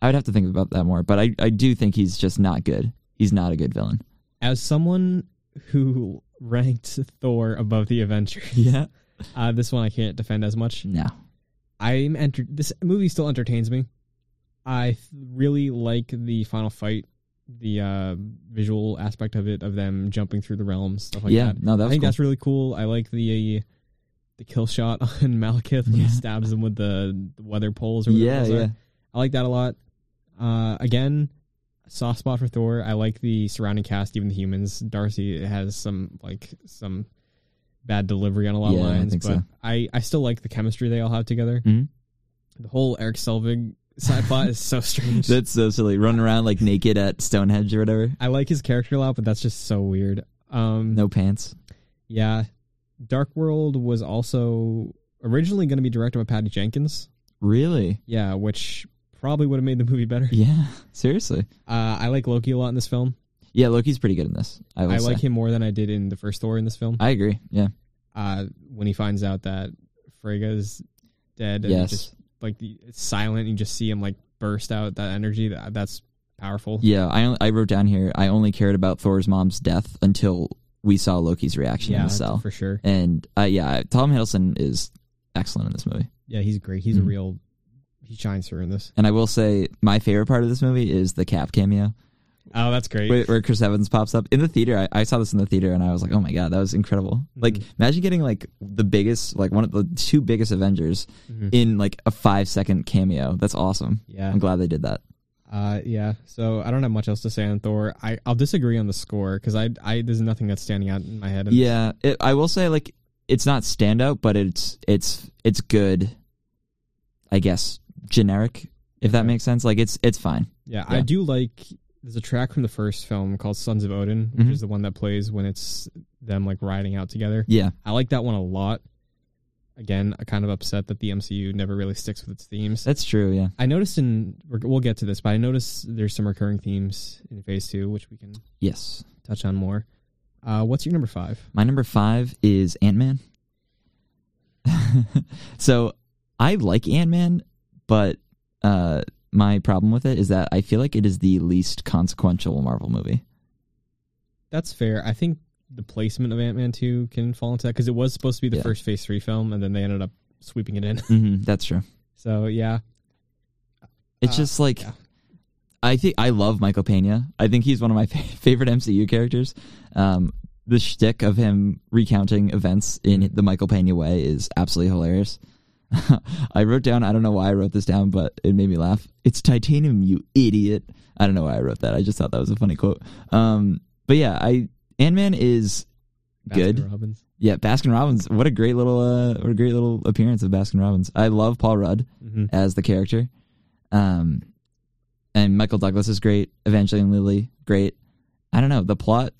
Speaker 3: I would have to think about that more, but I, I do think he's just not good. He's not a good villain.
Speaker 2: as someone who ranked Thor above the Avengers,
Speaker 3: Yeah.
Speaker 2: uh, this one I can't defend as much.
Speaker 3: No.
Speaker 2: I'm enter- This movie still entertains me. I th- really like the final fight, the uh, visual aspect of it, of them jumping through the realms, stuff like
Speaker 3: yeah.
Speaker 2: that.
Speaker 3: No, that
Speaker 2: I
Speaker 3: was
Speaker 2: think
Speaker 3: cool.
Speaker 2: that's really cool. I like the the kill shot on Malekith when
Speaker 3: Yeah.
Speaker 2: he stabs him with the, the weather poles. Or whatever
Speaker 3: yeah,
Speaker 2: those are.
Speaker 3: yeah.
Speaker 2: I like that a lot. Uh, again, soft spot for Thor. I like the surrounding cast, even the humans. Darcy has some like some bad delivery on a lot
Speaker 3: Yeah,
Speaker 2: of
Speaker 3: I
Speaker 2: lines,
Speaker 3: think
Speaker 2: but
Speaker 3: so.
Speaker 2: I I still like the chemistry they all have together.
Speaker 3: Mhm.
Speaker 2: The whole Eric Selvig side plot is so strange.
Speaker 3: That's so silly. Running around like naked at Stonehenge or whatever.
Speaker 2: I like his character a lot, but that's just so weird. Um,
Speaker 3: No pants.
Speaker 2: yeah, Dark World was also originally going to be directed by Patty Jenkins.
Speaker 3: Really?
Speaker 2: Yeah, which probably would have made the movie better.
Speaker 3: Yeah. Seriously.
Speaker 2: Uh, I like Loki a lot in this film.
Speaker 3: Yeah, Loki's pretty good in this. I, will
Speaker 2: I like
Speaker 3: say.
Speaker 2: him more than I did in the first Thor in this film.
Speaker 3: I agree. Yeah.
Speaker 2: Uh, when he finds out that Frigga is dead, and
Speaker 3: Yes.
Speaker 2: just, like the, it's silent, you just see him like burst out that energy. That, that's powerful.
Speaker 3: Yeah. I on- I wrote down here. I only cared about Thor's mom's death until we saw Loki's reaction in
Speaker 2: Yeah,
Speaker 3: the cell.
Speaker 2: for sure.
Speaker 3: And uh, yeah, Tom Hiddleston is excellent in this movie.
Speaker 2: Yeah, he's great. He's
Speaker 3: Mhm.
Speaker 2: a real. He shines through in this.
Speaker 3: And I will say, my favorite part of this movie is the Cap cameo,
Speaker 2: Oh, that's great.
Speaker 3: where, where Chris Evans pops up in the theater. I, I saw this in the theater, and I was like, "Oh my god, that was incredible!"
Speaker 2: Mm-hmm.
Speaker 3: Like, imagine getting like the biggest, like one of the two biggest Avengers
Speaker 2: Mm-hmm.
Speaker 3: in like a five second cameo. That's awesome.
Speaker 2: Yeah.
Speaker 3: I'm glad they did that.
Speaker 2: Uh, yeah. So I don't have much else to say on Thor. I I'll disagree on the score because I I there's nothing that's standing out in my head. And
Speaker 3: Yeah, it, I will say like it's not standout, but it's it's it's good. I guess generic, if that makes sense. Like it's it's fine.
Speaker 2: yeah,
Speaker 3: Yeah.
Speaker 2: I do like. There's a track from the first film called Sons of Odin, which
Speaker 3: Mhm.
Speaker 2: is the one that plays when it's them like riding out together.
Speaker 3: Yeah,
Speaker 2: I like that one a lot. Again, I'm kind of upset that the MCU never really sticks with its themes.
Speaker 3: that's true. Yeah,
Speaker 2: I noticed in we're- we'll get to this, but I noticed there's some recurring themes in Phase Two, which we can
Speaker 3: yes.
Speaker 2: touch on more. Uh, what's your number five?
Speaker 3: My number five is Ant Man. so I like Ant Man, but uh, my problem with it is that I feel like it is the least consequential Marvel movie.
Speaker 2: That's fair. I think the placement of Ant Man two can fall into that because it was supposed to be the
Speaker 3: Yeah.
Speaker 2: first Phase Three film, and then they ended up sweeping it in.
Speaker 3: Mm-hmm, that's true.
Speaker 2: so yeah,
Speaker 3: It's
Speaker 2: Uh,
Speaker 3: just like
Speaker 2: yeah.
Speaker 3: I think I love Michael Pena. I think he's one of my fa- favorite MCU characters. Um, the shtick of him recounting events in the Michael Pena way is absolutely hilarious. I wrote down. I don't know why I wrote this down, but it made me laugh. It's titanium, you idiot. I don't know why I wrote that. I just thought that was a funny quote. Um, but yeah, I Ant Man is
Speaker 2: Baskin
Speaker 3: Good.
Speaker 2: Robbins.
Speaker 3: yeah Baskin Robbins. What a great little uh, what a great little appearance of Baskin Robbins. I love Paul Rudd
Speaker 2: hmm
Speaker 3: as the character. Um, and Michael Douglas is great. Evangeline Lilly, great. I don't know the plot.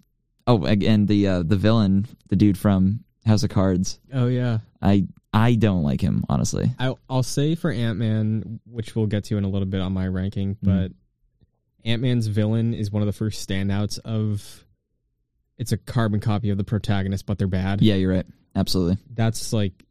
Speaker 3: Oh, and the uh, the villain, the dude from House of Cards.
Speaker 2: Oh yeah,
Speaker 3: I I don't like him honestly.
Speaker 2: I, I'll say for Ant Man, which we'll get to in a little bit on my ranking, but Ant Man's villain is one of the first standouts of. It's a carbon copy of the protagonist, but they're bad.
Speaker 3: Yeah, you're right. Absolutely.
Speaker 2: That's like,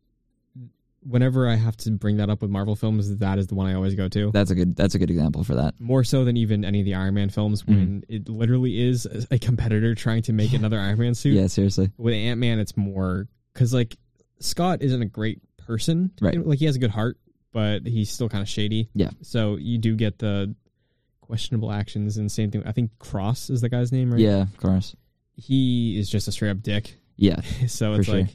Speaker 2: whenever I have to bring that up with Marvel films, that is the one I always go to.
Speaker 3: That's a good that's a good example for that.
Speaker 2: More so than even any of the Iron Man films,
Speaker 3: Mm-hmm.
Speaker 2: when it literally is a- a competitor trying to make another Iron Man suit.
Speaker 3: Yeah, seriously.
Speaker 2: With Ant Man, it's more because like Scott isn't a great person,
Speaker 3: Right.
Speaker 2: Like he has a good heart, but he's still kind of shady.
Speaker 3: Yeah.
Speaker 2: So you do get the questionable actions and same thing. I think Cross is the guy's name, right?
Speaker 3: Yeah, of course.
Speaker 2: He is just a straight up dick.
Speaker 3: Yeah.
Speaker 2: so
Speaker 3: For
Speaker 2: it's
Speaker 3: sure.
Speaker 2: like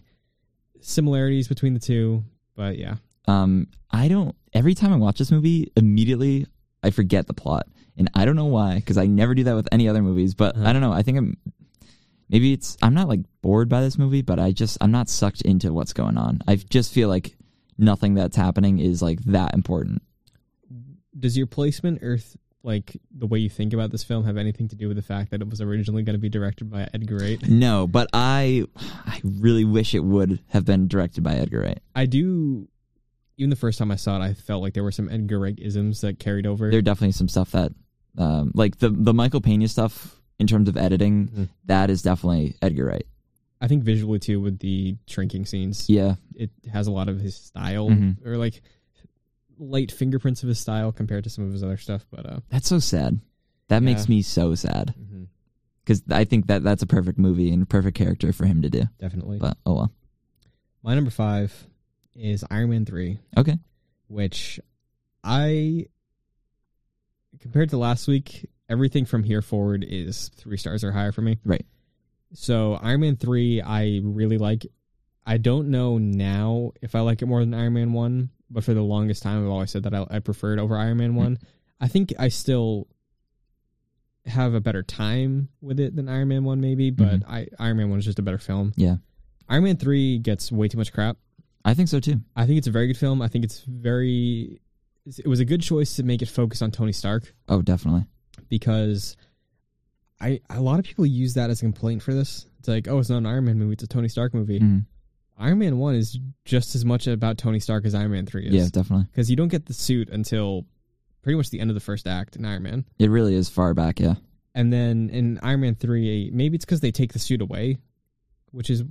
Speaker 2: similarities between the two, but yeah.
Speaker 3: Um, I don't. Every time I watch this movie, immediately I forget the plot, and I don't know why. Because I never do that with any other movies. But I don't know. I think I'm. Maybe it's I'm not like bored by this movie, but I just I'm not sucked into what's going on. I just feel like nothing that's happening is like that important.
Speaker 2: Does your placement Earth? Like the way you think about this film, have anything to do with the fact that it was originally going to be directed by Edgar Wright?
Speaker 3: No, but I I really wish it would have been directed by Edgar Wright.
Speaker 2: I do. Even the first time I saw it, I felt like there were some Edgar Wright isms that carried over.
Speaker 3: There are definitely some stuff that, um, like the the Michael Pena stuff in terms of editing,
Speaker 2: Mhm.
Speaker 3: that is definitely Edgar Wright.
Speaker 2: I think visually too with the shrinking scenes,
Speaker 3: Yeah,
Speaker 2: it has a lot of his style
Speaker 3: Mhm.
Speaker 2: or like light fingerprints of his style compared to some of his other stuff. But uh,
Speaker 3: That's so sad. That makes
Speaker 2: Yeah.
Speaker 3: me so sad because I think that that's a perfect movie and perfect character for him to do.
Speaker 2: definitely,
Speaker 3: But oh well.
Speaker 2: my number five is Iron Man three,
Speaker 3: Okay.
Speaker 2: which I compared to last week, everything from here forward is three stars or higher for me.
Speaker 3: Right.
Speaker 2: So Iron Man three, I really like. I don't know now if I like it more than Iron Man one, but for the longest time, I've always said that I, I preferred over Iron Man one. I think I still have a better time with it than Iron Man one, maybe, but I Iron Man one is just a better film.
Speaker 3: Yeah.
Speaker 2: Iron Man three gets way too much crap.
Speaker 3: I think so too.
Speaker 2: I think it's a very good film. I think it's very. It was a good choice to make it focus on Tony Stark
Speaker 3: Oh, definitely.
Speaker 2: because I a lot of people use that as a complaint for this. It's like, oh, it's not an Iron Man movie; it's a Tony Stark movie.
Speaker 3: Mhm.
Speaker 2: Iron Man One is just as much about Tony Stark as Iron Man Three
Speaker 3: Yeah,
Speaker 2: is,
Speaker 3: definitely.
Speaker 2: because you don't get the suit until pretty much the end of the first act in Iron Man,
Speaker 3: It really is far back. Yeah.
Speaker 2: and then in Iron Man Three, maybe it's because they take the suit away, which is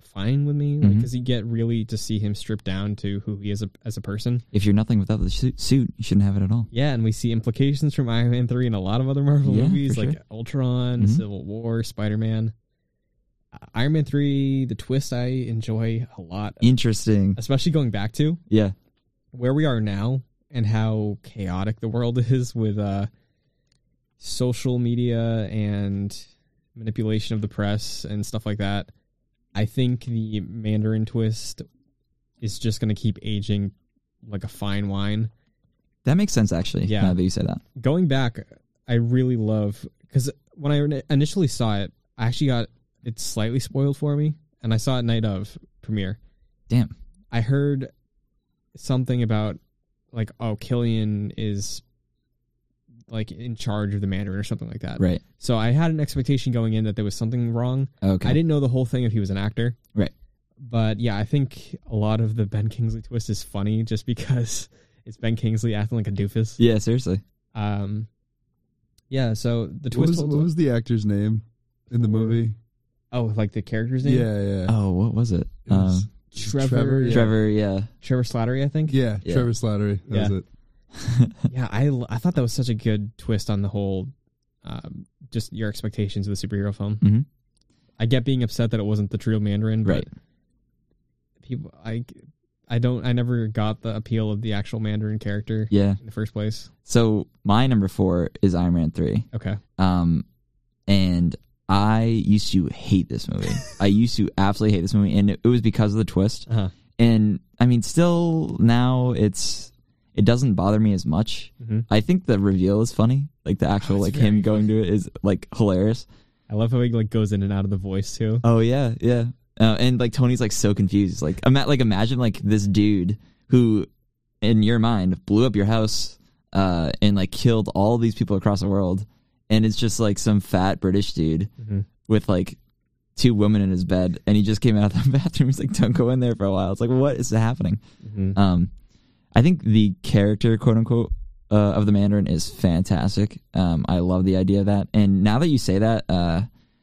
Speaker 2: fine with me, because
Speaker 3: Mhm.
Speaker 2: you get really to see him stripped down to who he is a, as a person.
Speaker 3: If you're nothing without the suit, suit, you shouldn't have it at all.
Speaker 2: Yeah, and we see implications from Iron Man 3 and a lot of other Marvel
Speaker 3: Yeah,
Speaker 2: movies
Speaker 3: for
Speaker 2: like
Speaker 3: sure.
Speaker 2: Ultron,
Speaker 3: Mhm.
Speaker 2: Civil War, Spider Man. Iron Man 3, the twist I enjoy a lot,
Speaker 3: Interesting.
Speaker 2: especially going back to
Speaker 3: Yeah.
Speaker 2: where we are now and how chaotic the world is with uh, social media and manipulation of the press and stuff like that, I think the Mandarin twist is just going to keep aging like a fine wine.
Speaker 3: That makes sense, actually.
Speaker 2: Yeah.
Speaker 3: Now that you say that,
Speaker 2: Going back, I really love because when I ini- initially saw it, I actually got it slightly spoiled for me, and I saw it night of premiere.
Speaker 3: damn.
Speaker 2: I heard something about like oh Killian is like in charge of the Mandarin or something like that.
Speaker 3: Right.
Speaker 2: So I had an expectation going in that there was something wrong.
Speaker 3: Okay.
Speaker 2: I didn't know the whole thing if he was an actor.
Speaker 3: Right.
Speaker 2: But yeah, I think a lot of the Ben Kingsley twist is funny just because it's Ben Kingsley acting like a doofus.
Speaker 3: Yeah. Seriously.
Speaker 2: Um yeah, so the
Speaker 4: What
Speaker 2: twist
Speaker 4: was,
Speaker 2: holds
Speaker 4: what
Speaker 2: up-
Speaker 4: was the actor's name in the movie?
Speaker 2: Oh, like the character's name? Uh,
Speaker 4: Yeah, yeah.
Speaker 3: Oh, what was it?
Speaker 4: It was-
Speaker 3: um,
Speaker 2: Trevor
Speaker 4: Trevor,
Speaker 2: Trevor,
Speaker 4: yeah.
Speaker 3: Trevor. Yeah.
Speaker 2: Slattery, I think.
Speaker 4: yeah,
Speaker 3: Yeah.
Speaker 4: Trevor Slattery. That was
Speaker 2: Yeah.
Speaker 4: it.
Speaker 2: yeah I, I thought that was such a good twist on the whole um, just your expectations of the superhero film
Speaker 3: Mhm.
Speaker 2: i get being upset that it wasn't the true mandarin but
Speaker 3: Right.
Speaker 2: people i i don't i never got the appeal of the actual mandarin character
Speaker 3: Yeah.
Speaker 2: in the first place
Speaker 3: So my number four is Iron Man three.
Speaker 2: okay
Speaker 3: Um, and I used to hate this movie. I used to absolutely hate this movie, and it, it was because of the twist.
Speaker 2: uh-huh
Speaker 3: And I mean, still now it's it doesn't bother me as much.
Speaker 2: Mhm.
Speaker 3: I think the reveal is funny, like the actual like him going to it is like hilarious.
Speaker 2: i love how he like goes in and out of the voice too
Speaker 3: Oh yeah, yeah. Uh, and like Tony's like so confused. Like I'm like imagine like this dude who in your mind blew up your house uh and like killed all these people across the world and it's just like some fat British dude
Speaker 2: Mhm.
Speaker 3: with like two women in his bed and he just came out of the bathroom. He's like, Don't go in there for a while. It's like what is happening?
Speaker 2: Mhm.
Speaker 4: Uh,
Speaker 3: Um I think the character quote unquote uh, of the Mandarin is fantastic. Um, I love the idea of that. And now that you say that, uh,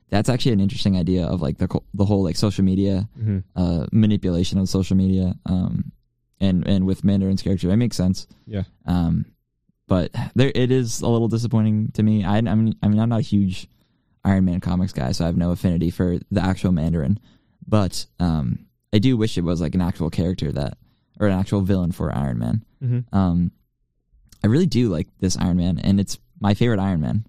Speaker 3: that's actually an interesting idea of like the co- the whole like social media
Speaker 2: Mhm.
Speaker 3: uh, manipulation of social media, um, and and with Mandarin's character, it makes sense.
Speaker 2: Yeah.
Speaker 3: Um, but there, it is a little disappointing to me. I, I mean, I mean, I'm not a huge Iron Man comics guy, so I have no affinity for the actual Mandarin. But um, I do wish it was like an actual character that, or an actual villain for Iron Man.
Speaker 4: mm-hmm.
Speaker 2: Mhm.
Speaker 3: Um, I really do like this Iron Man, and it's my favorite Iron Man.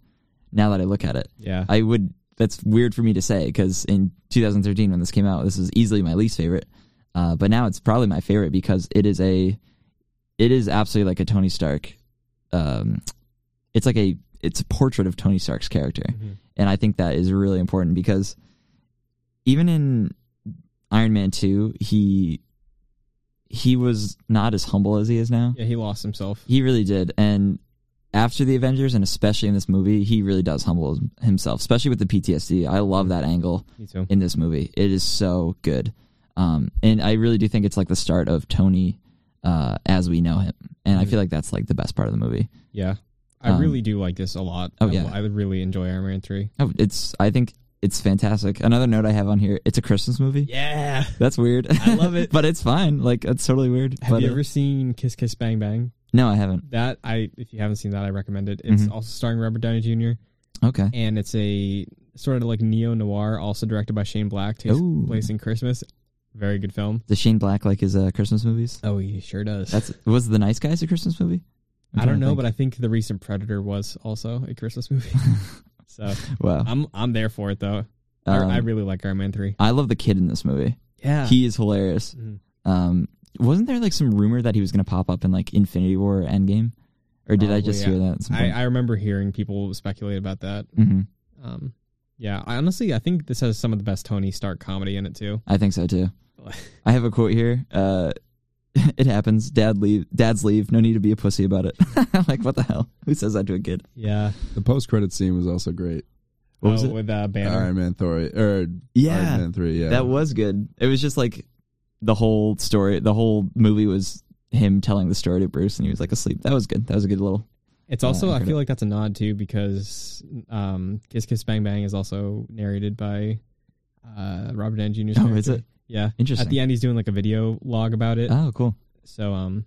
Speaker 3: Now that I look at it,
Speaker 2: yeah
Speaker 3: I would. That's weird for me to say because in 2013 when this came out, this was easily my least favorite. Uh, but now it's probably my favorite because it is a, it is absolutely like a Tony Stark. Um, it's like a it's a portrait of Tony Stark's character,
Speaker 2: Mhm.
Speaker 3: and I think that is really important because even in Iron Man two, he he was not as humble as he is now.
Speaker 2: yeah he lost himself
Speaker 3: He really did. And after the Avengers, and especially in this movie, he really does humble himself, especially with the PTSD. I love that angle
Speaker 2: me too
Speaker 3: in this movie. It is so good. Um, and I really do think it's like the start of Tony uh, as we know him. And I feel like that's like the best part of the movie.
Speaker 2: yeah i
Speaker 3: Um,
Speaker 2: really do like this a lot
Speaker 3: oh,
Speaker 2: I-
Speaker 3: yeah.
Speaker 2: I, really enjoy iron man 3
Speaker 3: Oh, it's, I think it's fantastic. Another note I have on here it's a Christmas movie.
Speaker 2: yeah
Speaker 3: That's weird.
Speaker 2: I love it.
Speaker 3: but it's fine. Like, it's totally weird.
Speaker 2: have
Speaker 3: but,
Speaker 2: you
Speaker 3: uh,
Speaker 2: ever seen kiss kiss bang bang
Speaker 3: no, I haven't.
Speaker 2: that I if you haven't seen that I recommend it. It's
Speaker 3: Mhm.
Speaker 2: also starring Robert Downey Jr.
Speaker 3: Okay.
Speaker 2: and it's a sort of like neo noir, also directed by Shane Black, takes
Speaker 3: Ooh.
Speaker 2: place in Christmas. Very good film.
Speaker 3: Does Shane Black like his uh, Christmas movies?
Speaker 2: Oh, he sure does.
Speaker 3: That's was the Nice Guys a Christmas movie?
Speaker 2: I don't know, but I think the recent Predator was also a Christmas movie. so
Speaker 3: Wow.
Speaker 2: I'm I'm there for it though. I-
Speaker 3: Um,
Speaker 2: I, really like Iron Man three.
Speaker 3: I love the kid in this movie.
Speaker 2: Yeah,
Speaker 3: He is hilarious.
Speaker 2: Mhm.
Speaker 3: Um, wasn't there like some rumor that he was going to pop up in like Infinity War or Endgame? Or did
Speaker 2: Probably,
Speaker 3: I just
Speaker 2: Oh, yeah.
Speaker 3: hear that? At some
Speaker 2: I,
Speaker 3: point?
Speaker 2: I remember hearing people speculate about that.
Speaker 3: Mhm.
Speaker 2: Um, yeah, I honestly I think this has some of the best Tony Stark comedy in it too.
Speaker 3: I think so too. I have a quote here. Uh, it happens. Dad leave. Dad's leave. No need to be a pussy about it. like what the hell? Who says that to a kid?
Speaker 2: yeah,
Speaker 4: The post credit scene was also great.
Speaker 3: What was
Speaker 2: Oh,
Speaker 3: it?
Speaker 2: with uh, Banner?
Speaker 4: Iron Man three or
Speaker 3: Yeah.
Speaker 4: Iron Man three. Yeah,
Speaker 3: That was good. It was just like the whole story. The whole movie was him telling the story to Bruce, and he was like asleep. That was good. That was a good little
Speaker 2: It's also
Speaker 3: I
Speaker 2: I
Speaker 3: heard
Speaker 2: feel like that's a nod too because um, Kiss Kiss Bang Bang is also narrated by uh, Robert Downey Jr.'s
Speaker 3: Oh,
Speaker 2: character.
Speaker 3: is it?
Speaker 2: Yeah.
Speaker 3: interesting.
Speaker 2: At the end, he's doing like a video log about it.
Speaker 3: Oh, cool.
Speaker 2: So, um,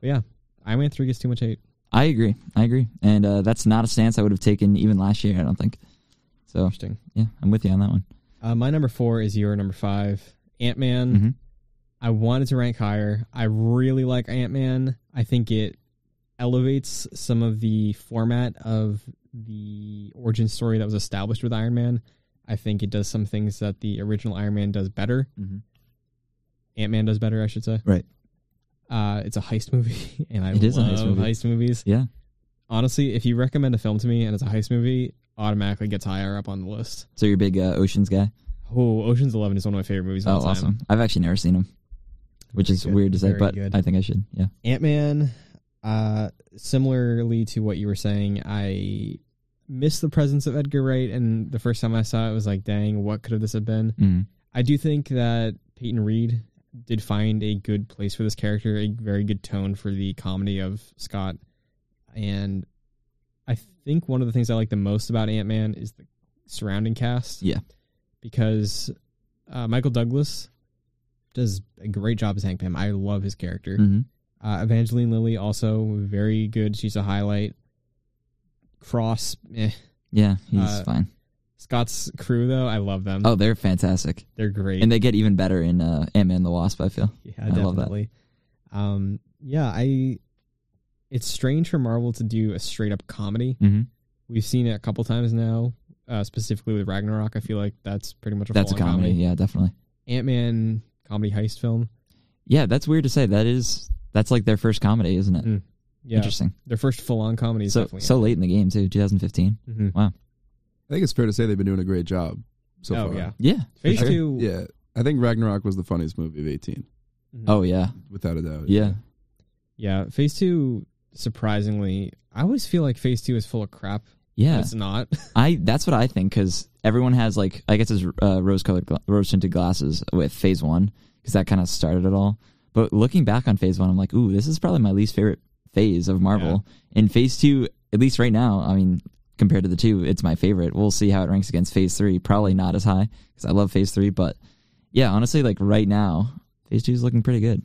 Speaker 2: but yeah, Iron Man three gets too much hate.
Speaker 3: I agree. I agree. And uh, that's not a stance I would have taken even last year, I don't think. So,
Speaker 2: Interesting.
Speaker 3: yeah, I'm with you on that one.
Speaker 2: Uh, my number four is your number five, Ant Man.
Speaker 3: Mhm.
Speaker 2: I wanted to rank higher. I really like Ant Man. I think it elevates some of the format of the origin story that was established with Iron Man. I think it does some things that the original Iron Man does better.
Speaker 3: Mhm.
Speaker 2: Ant Man does better, I should say.
Speaker 3: Right.
Speaker 2: Uh, it's a heist movie, and I
Speaker 3: It is a
Speaker 2: love
Speaker 3: heist movie.
Speaker 2: heist movies.
Speaker 3: Yeah.
Speaker 2: Honestly, if you recommend a film to me and it's a heist movie, automatically gets higher up on the list.
Speaker 3: So you're a big uh, Ocean's guy.
Speaker 2: Oh, Ocean's Eleven is one of my favorite movies. Of
Speaker 3: Oh,
Speaker 2: all time.
Speaker 3: awesome! I've actually never seen him, which
Speaker 2: Very
Speaker 3: is
Speaker 2: good,
Speaker 3: weird to say,
Speaker 2: very
Speaker 3: but
Speaker 2: good.
Speaker 3: I think I should. Yeah.
Speaker 2: Ant Man, uh, similarly to what you were saying, I missed the presence of Edgar Wright, and the first time I saw it, it was like, dang, what could have this have been?
Speaker 3: Mm.
Speaker 2: I do think that Peyton Reed did find a good place for this character, a very good tone for the comedy of Scott. And I think one of the things I like the most about Ant Man is the surrounding cast.
Speaker 3: Yeah.
Speaker 2: Because uh, Michael Douglas does a great job as Hank Pym. I love his character.
Speaker 3: hmm
Speaker 2: Uh, Evangeline Lilly also very good. She's a highlight. Cross, eh.
Speaker 3: Yeah, he's
Speaker 2: Uh,
Speaker 3: fine.
Speaker 2: Scott's crew though, I love them.
Speaker 3: Oh, they're fantastic,
Speaker 2: They're great.
Speaker 3: and they get even better in uh, Ant Man the Wasp. I feel.
Speaker 2: yeah,
Speaker 3: I
Speaker 2: definitely.
Speaker 3: love that.
Speaker 2: Um, yeah, I. It's strange for Marvel to do a straight up comedy.
Speaker 3: Mm-hmm.
Speaker 2: We've seen it a couple times now, uh, specifically with Ragnarok. I feel like that's pretty much a
Speaker 3: That's a
Speaker 2: full-on
Speaker 3: comedy. Yeah, definitely.
Speaker 2: Ant Man comedy heist film.
Speaker 3: Yeah, that's weird to say. That is that's like their first comedy, isn't it?
Speaker 2: Mm, Yeah,
Speaker 3: Interesting.
Speaker 2: their first full on comedy. Is
Speaker 3: So
Speaker 2: definitely
Speaker 3: so late in the game too. 2015.
Speaker 2: Mhm.
Speaker 4: I think it's fair to say they've been doing a great job so
Speaker 2: oh
Speaker 4: far.
Speaker 2: yeah,
Speaker 3: Yeah. for
Speaker 2: phase
Speaker 3: sure.
Speaker 2: two.
Speaker 4: Yeah. I think Ragnarok was the funniest movie of 18,
Speaker 3: Oh yeah.
Speaker 4: without a doubt.
Speaker 3: Yeah.
Speaker 2: Yeah, phase two. Surprisingly, I always feel like phase two is full of crap.
Speaker 3: Yeah.
Speaker 2: It's not.
Speaker 3: I that's what I think because everyone has like I guess it's uh, rose colored gla- rose tinted glasses with Phase One because that kind of started it all. But looking back on Phase One, I'm like, ooh, this is probably my least favorite phase of Marvel. And Phase Two, at least right now, I mean, compared to the two, it's my favorite. We'll see how it ranks against Phase Three. Probably not as high because I love Phase Three, but yeah, honestly, like right now, Phase Two is looking pretty good.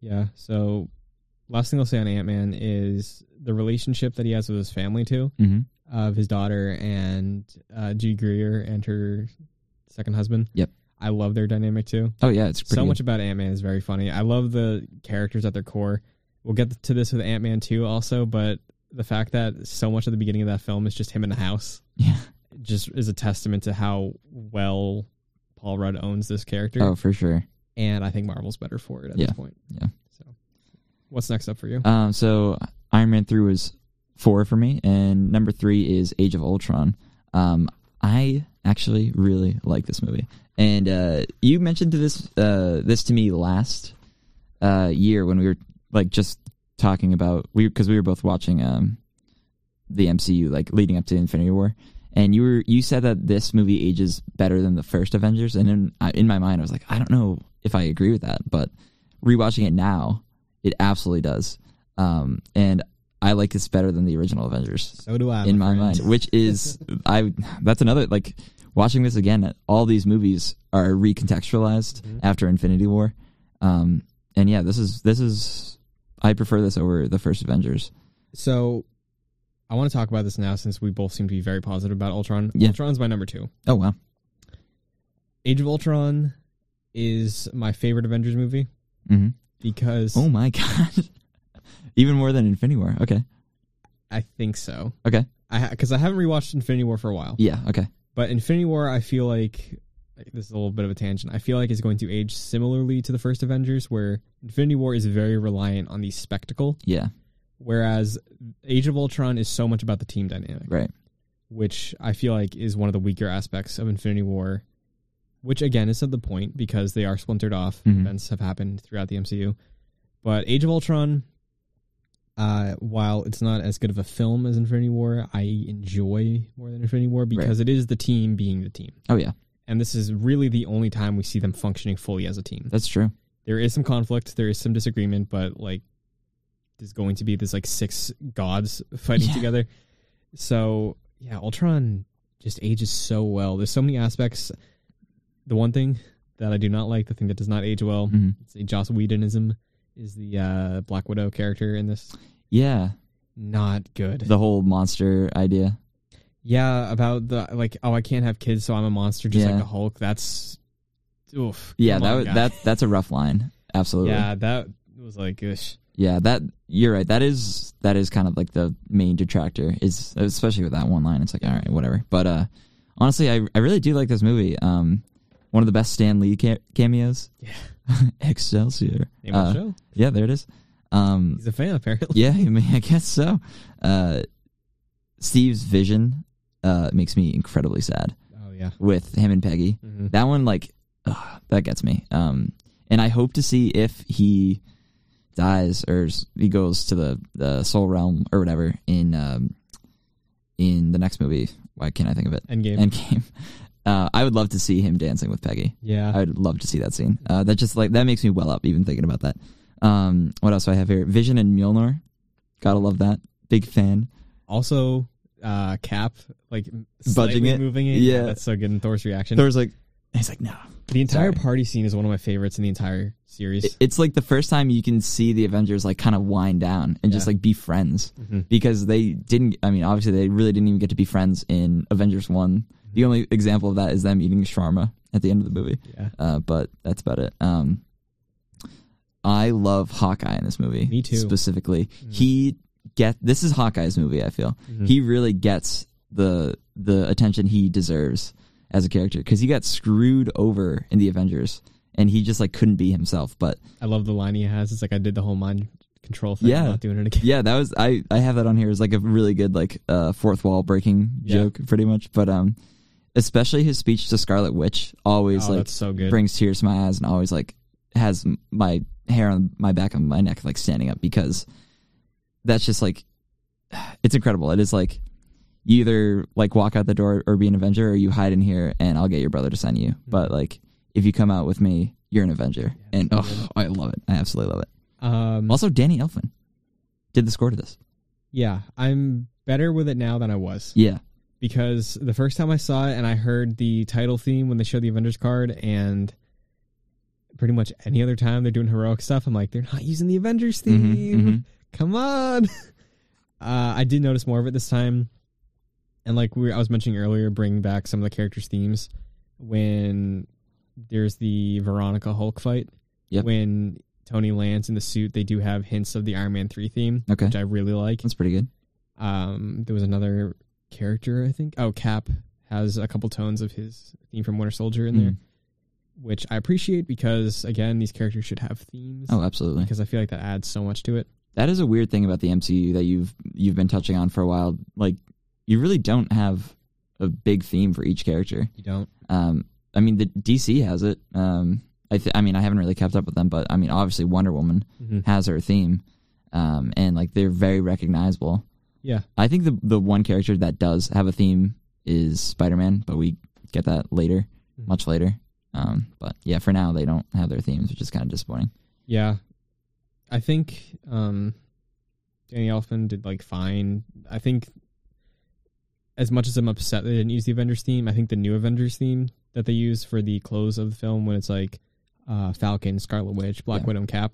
Speaker 2: yeah. So, last thing I'll say on Ant Man is the relationship that he has with his family too,
Speaker 3: Mm-hmm.
Speaker 2: of his daughter and uh, G Greer and her second husband.
Speaker 3: Yep.
Speaker 2: I love their dynamic too.
Speaker 3: Oh yeah, it's pretty.
Speaker 2: so
Speaker 3: good.
Speaker 2: much about Ant Man is very funny. I love the characters at their core. We'll get to this with Ant Man too, also, but the fact that so much of the beginning of that film is just him in the house.
Speaker 3: Yeah.
Speaker 2: just is a testament to how well Paul Rudd owns this character,
Speaker 3: Oh, for sure.
Speaker 2: and I think Marvel's better for it at
Speaker 3: Yeah,
Speaker 2: this point.
Speaker 3: yeah.
Speaker 2: So, what's next up for you?
Speaker 3: Um, so Iron Man three was four for me, and number three is Age of Ultron. Um, I actually really like this movie, and uh, you mentioned this uh, this to me last uh, year when we were like just talking about we because we were both watching um, the MCU like leading up to Infinity War. And you were you said that this movie ages better than the first Avengers, and in I- in my mind I was like, I don't know if I agree with that, but rewatching it now, it absolutely does. Um, and I like this better than the original Avengers
Speaker 2: so do I.
Speaker 3: in my mind, which is I. That's another like watching this again. All these movies are recontextualized
Speaker 2: Mm-hmm.
Speaker 3: after Infinity War, um, and yeah, this is this is I prefer this over the first Avengers.
Speaker 2: So, I want to talk about this now since we both seem to be very positive about Ultron.
Speaker 3: Yeah.
Speaker 2: Ultron's my number two.
Speaker 3: Oh wow,
Speaker 2: Age of Ultron is my favorite Avengers movie
Speaker 3: hmm
Speaker 2: because
Speaker 3: oh my god, even more than Infinity War. Okay,
Speaker 2: I think so.
Speaker 3: Okay.
Speaker 2: I because I haven't rewatched Infinity War for a while.
Speaker 3: yeah, okay,
Speaker 2: But Infinity War, I feel like this is a little bit of a tangent. I feel like it's going to age similarly to the first Avengers, where Infinity War is very reliant on the spectacle,
Speaker 3: yeah,
Speaker 2: whereas Age of Ultron is so much about the team dynamic,
Speaker 3: right,
Speaker 2: which I feel like is one of the weaker aspects of Infinity War. Which again is at the point because they are splintered off.
Speaker 3: Mhm.
Speaker 2: Events have happened throughout the MCU, but Age of Ultron, uh, while it's not as good of a film as Infinity War, I enjoy more than Infinity War because it is the team being the team
Speaker 3: oh yeah,
Speaker 2: and this is really the only time we see them functioning fully as a team.
Speaker 3: that's true.
Speaker 2: There is some conflict, there is some disagreement, but like there's going to be this like six gods fighting
Speaker 3: Yeah.
Speaker 2: together. So yeah, Ultron just ages so well. There's so many aspects. The one thing that I do not like, the thing that does not age well,
Speaker 3: hmm
Speaker 2: it's a Joss Whedonism, is the uh, Black Widow character in this.
Speaker 3: Yeah,
Speaker 2: Not good.
Speaker 3: the whole monster idea.
Speaker 2: yeah, about the like, oh, I can't have kids, so I'm a monster, just
Speaker 3: Yeah.
Speaker 2: like the Hulk. That's oof.
Speaker 3: Yeah,
Speaker 2: come
Speaker 3: that
Speaker 2: on,
Speaker 3: was
Speaker 2: guys.
Speaker 3: that that's a rough line. Absolutely.
Speaker 2: Yeah, that was like, ish.
Speaker 3: Yeah, that you're right. That is that is kind of like the main detractor is especially with that one line. It's like all right, whatever. But uh, honestly, I I really do like this movie. Um, one of the best Stan Lee ca- cameos. Yeah, Excelsior.
Speaker 2: Name of the
Speaker 3: Uh,
Speaker 2: show.
Speaker 3: Yeah, there it is. Um,
Speaker 2: He's a fan apparently.
Speaker 3: yeah, I mean, I guess so. Uh, Steve's vision uh makes me incredibly sad
Speaker 2: Oh yeah.
Speaker 3: with him and Peggy.
Speaker 2: Mhm.
Speaker 3: That one, like, ugh, that gets me. Um, and I hope to see if he dies or s- he goes to the, the soul realm or whatever in um, in the next movie. Why can't I think of it?
Speaker 2: Endgame.
Speaker 3: Endgame. Uh, I would love to see him dancing with Peggy.
Speaker 2: yeah.
Speaker 3: I would love to see that scene. Uh, that just like that makes me well up even thinking about that. Um, what else do I have here? Vision and Mjolnir. Gotta love that. Big fan.
Speaker 2: also, uh, Cap like
Speaker 3: Budging
Speaker 2: slightly
Speaker 3: it.
Speaker 2: moving it.
Speaker 3: Yeah.
Speaker 2: that's so good. in Thor's reaction.
Speaker 3: There was like, he's like, no,
Speaker 2: the entire
Speaker 3: sorry.
Speaker 2: party scene is one of my favorites in the entire series.
Speaker 3: it- it's like the first time you can see the Avengers like kind of wind down and just
Speaker 2: Yeah.
Speaker 3: like be friends
Speaker 2: Mhm.
Speaker 3: because they didn't. I mean, obviously they really didn't even get to be friends in Avengers One. The only example of that is them eating shawarma at the end of the movie.
Speaker 2: yeah.
Speaker 3: Uh, but that's about it. Um, I love Hawkeye in this movie.
Speaker 2: Me too. Mm.
Speaker 3: Specifically, he get this is Hawkeye's movie. I feel
Speaker 2: Mm-hmm.
Speaker 3: he really gets the the attention he deserves as a character because he got screwed over in the Avengers and he just like couldn't be himself. But
Speaker 2: I love the line he has. It's like I did the whole mind control thing.
Speaker 3: Yeah.
Speaker 2: I'm not doing it again.
Speaker 3: yeah, that was I. I have that on here as like a really good like uh, fourth wall breaking
Speaker 2: Yeah.
Speaker 3: joke, pretty much. But um, especially his speech to Scarlet Witch always
Speaker 2: Oh,
Speaker 3: like
Speaker 2: that's so good.
Speaker 3: brings tears to my eyes and always like has m- my hair on my back of my neck like standing up because that's just like it's incredible. It is like you either like walk out the door or be an Avenger or you hide in here and I'll get your brother to send
Speaker 2: Hmm.
Speaker 3: you. But like if you come out with me, you're an Avenger. and oh, I love it. I absolutely love it.
Speaker 2: Um,
Speaker 3: Also, Danny Elfman did the score to this.
Speaker 2: yeah, I'm better with it now than I was.
Speaker 3: Yeah.
Speaker 2: because the first time I saw it and I heard the title theme when they show the Avengers card and pretty much any other time they're doing heroic stuff, I'm like, they're not using the Avengers theme.
Speaker 3: mhm.
Speaker 2: Come on. Uh, I did notice more of it this time. And like we I was mentioning earlier, bring back some of the characters' themes when there's the Veronica Hulk fight.
Speaker 3: Yep.
Speaker 2: When Tony lands in the suit, they do have hints of the Iron Man 3 theme,
Speaker 3: Okay.
Speaker 2: which I really like.
Speaker 3: That's pretty good.
Speaker 2: Um, there was another character, I think. Oh, Cap has a couple tones of his theme from Winter Soldier in there,
Speaker 3: Mhm.
Speaker 2: which I appreciate because again, these characters should have themes
Speaker 3: Oh, absolutely.
Speaker 2: because I feel like that adds so much to it.
Speaker 3: That is a weird thing about the MCU that you've you've been touching on for a while. Like you really don't have a big theme for each character.
Speaker 2: You don't.
Speaker 3: Um, I mean, the DC has it. Um, I th- I mean, I haven't really kept up with them, but I mean, obviously Wonder Woman
Speaker 2: Mhm.
Speaker 3: has her theme, um, and like they're very recognizable.
Speaker 2: Yeah.
Speaker 3: I think the the one character that does have a theme is Spider Man, but we get that later,
Speaker 2: Mhm.
Speaker 3: much later. Um, but yeah, for now they don't have their themes, which is kind of disappointing.
Speaker 2: Yeah. I think um Danny Elfman did like fine. I think as much as I'm upset they didn't use the Avengers theme, I think the new Avengers theme that they use for the close of the film when it's like uh Falcon, Scarlet Witch, Black
Speaker 3: Yeah.
Speaker 2: Widow, and Cap.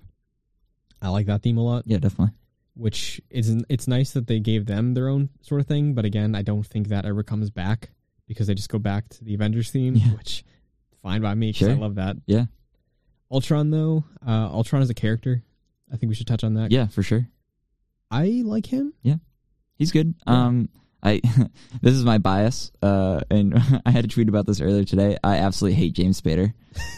Speaker 2: I like that theme a lot,
Speaker 3: Yeah, definitely.
Speaker 2: which is it's nice that they gave them their own sort of thing, but again, I don't think that ever comes back because they just go back to the Avengers theme,
Speaker 3: Yeah.
Speaker 2: which fine by me because I
Speaker 3: Sure.
Speaker 2: love that.
Speaker 3: Yeah.
Speaker 2: Ultron though, uh, Ultron is a character. I think we should touch on that.
Speaker 3: Yeah, for sure.
Speaker 2: I like him.
Speaker 3: He's good. Um, I this is my bias, uh, and I had a tweet about this earlier today. I absolutely hate James Spader,